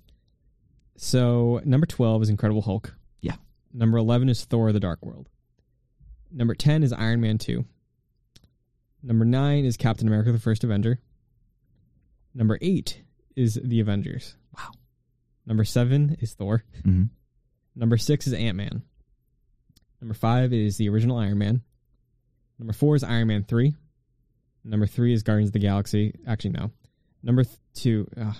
Speaker 2: So number twelve is Incredible Hulk.
Speaker 3: Yeah.
Speaker 2: Number eleven is Thor: The Dark World. Number ten is Iron Man Two. Number nine is Captain America: The First Avenger. Number eight is The Avengers.
Speaker 3: Wow.
Speaker 2: Number seven is Thor.
Speaker 3: Mm-hmm.
Speaker 2: Number six is Ant Man. Number five is the original Iron Man. Number four is Iron Man 3. Number three is Guardians of the Galaxy. Actually, no. Number th- two. Uh,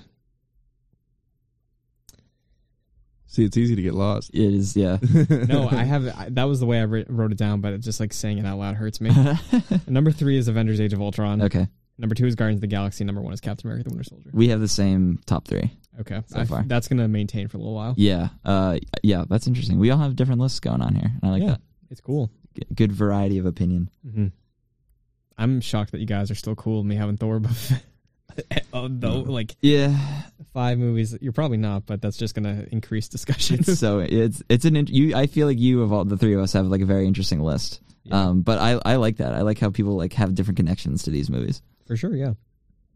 Speaker 4: See, it's easy to get lost.
Speaker 3: It is. Yeah.
Speaker 2: no, I have. I, that was the way I writ- wrote it down, but it's just like saying it out loud hurts me. number three is Avengers Age of Ultron.
Speaker 3: okay.
Speaker 2: Number two is Guardians of the Galaxy. Number one is Captain America the Winter Soldier.
Speaker 3: We have the same top three.
Speaker 2: Okay.
Speaker 3: So
Speaker 2: I f-
Speaker 3: far.
Speaker 2: that's going to maintain for a little while.
Speaker 3: Yeah. Uh. Yeah. That's interesting. We all have different lists going on here, and I like
Speaker 2: Yeah.
Speaker 3: that. Mm-hmm.
Speaker 2: It's cool.
Speaker 3: G- good variety of opinion.
Speaker 2: hmm I'm shocked that you guys are still cool with me having Thor above.
Speaker 3: Oh,
Speaker 2: Although, like,
Speaker 3: Yeah.
Speaker 2: five movies. You're probably not, but that's just going to increase discussions.
Speaker 3: so it's it's an int- you. I feel like you of all the three of us have like a very interesting list.
Speaker 2: Yeah.
Speaker 3: Um, but I I like that. I like how people like have different connections to these movies.
Speaker 2: For sure, yeah.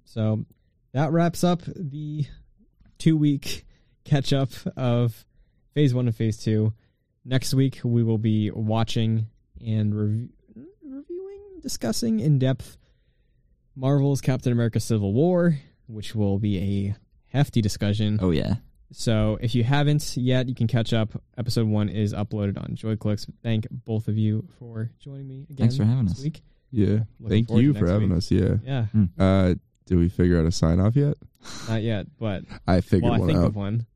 Speaker 2: So that wraps up the two week catch up of phase one and phase two. Next week, we will be watching and rev- reviewing, discussing in depth Marvel's Captain America Civil War, which will be a hefty discussion.
Speaker 3: Oh yeah,
Speaker 2: So if you haven't yet, you can catch up. Episode one is uploaded on JoyClicks. Thank both of you for joining me again.
Speaker 3: Thanks for having
Speaker 2: this
Speaker 3: us.
Speaker 2: Week.
Speaker 4: yeah.
Speaker 2: Looking
Speaker 4: Thank
Speaker 2: forward
Speaker 4: you
Speaker 2: to
Speaker 4: for
Speaker 2: next
Speaker 4: having
Speaker 2: week.
Speaker 4: us. Yeah.
Speaker 2: Yeah,
Speaker 4: Uh, did we figure out a sign off yet?
Speaker 2: not yet, but
Speaker 4: I figured
Speaker 2: well, I
Speaker 4: one
Speaker 2: think
Speaker 4: out.
Speaker 2: of one.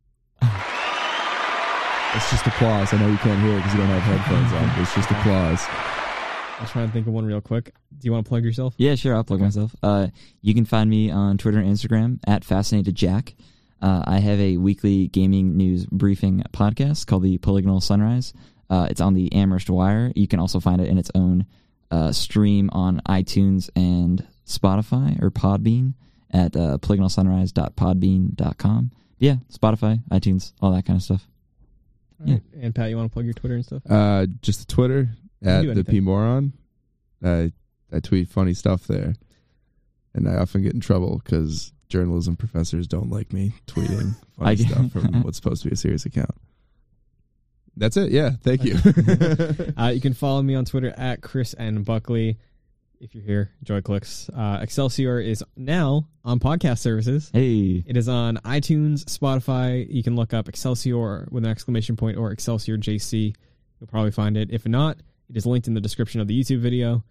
Speaker 4: It's just applause. I know you can't hear it because you don't have headphones on. It's just applause.
Speaker 2: I'll try and think of one real quick. Do you want to plug yourself?
Speaker 3: yeah. Sure, I'll plug myself. Uh, you can find me on Twitter and Instagram at Fascinated Jack. Uh, I have a weekly gaming news briefing podcast called the Polygonal Sunrise. Uh, it's on the Amherst Wire. You can also find it in its own uh, stream on iTunes and Spotify or Podbean at uh, polygonalsunrise.podbean.com. Yeah, Spotify, iTunes, all that kind of stuff. Yeah.
Speaker 2: And Pat, you want to plug your Twitter and stuff?
Speaker 4: Uh, just the Twitter at
Speaker 2: do
Speaker 4: the
Speaker 2: anything.
Speaker 4: P Moron. I I tweet funny stuff there, and I often get in trouble because journalism professors don't like me tweeting
Speaker 3: I
Speaker 4: funny
Speaker 3: do.
Speaker 4: stuff from what's supposed to be a serious account. That's it. Yeah. Thank you.
Speaker 2: Uh, you can follow me on Twitter at Chris and Buckley. If you're here, JoyClicks. Uh, Excelsior is now on podcast services.
Speaker 3: Hey,
Speaker 2: It is on iTunes, Spotify. You can look up Excelsior with an exclamation point or Excelsior JC. You'll probably find it. If not, it is linked in the description of the YouTube video.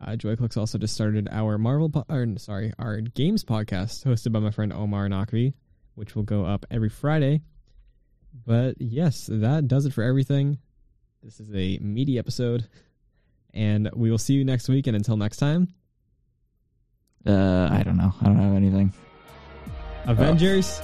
Speaker 2: Uh, JoyClicks also just started our Marvel, po- or, sorry, our games podcast hosted by my friend Omar Nakvi, which will go up every Friday. But yes, that does it for everything. This is a meaty episode, and we will see you next week. And until next time,
Speaker 3: uh, I don't know. I don't have anything.
Speaker 2: Avengers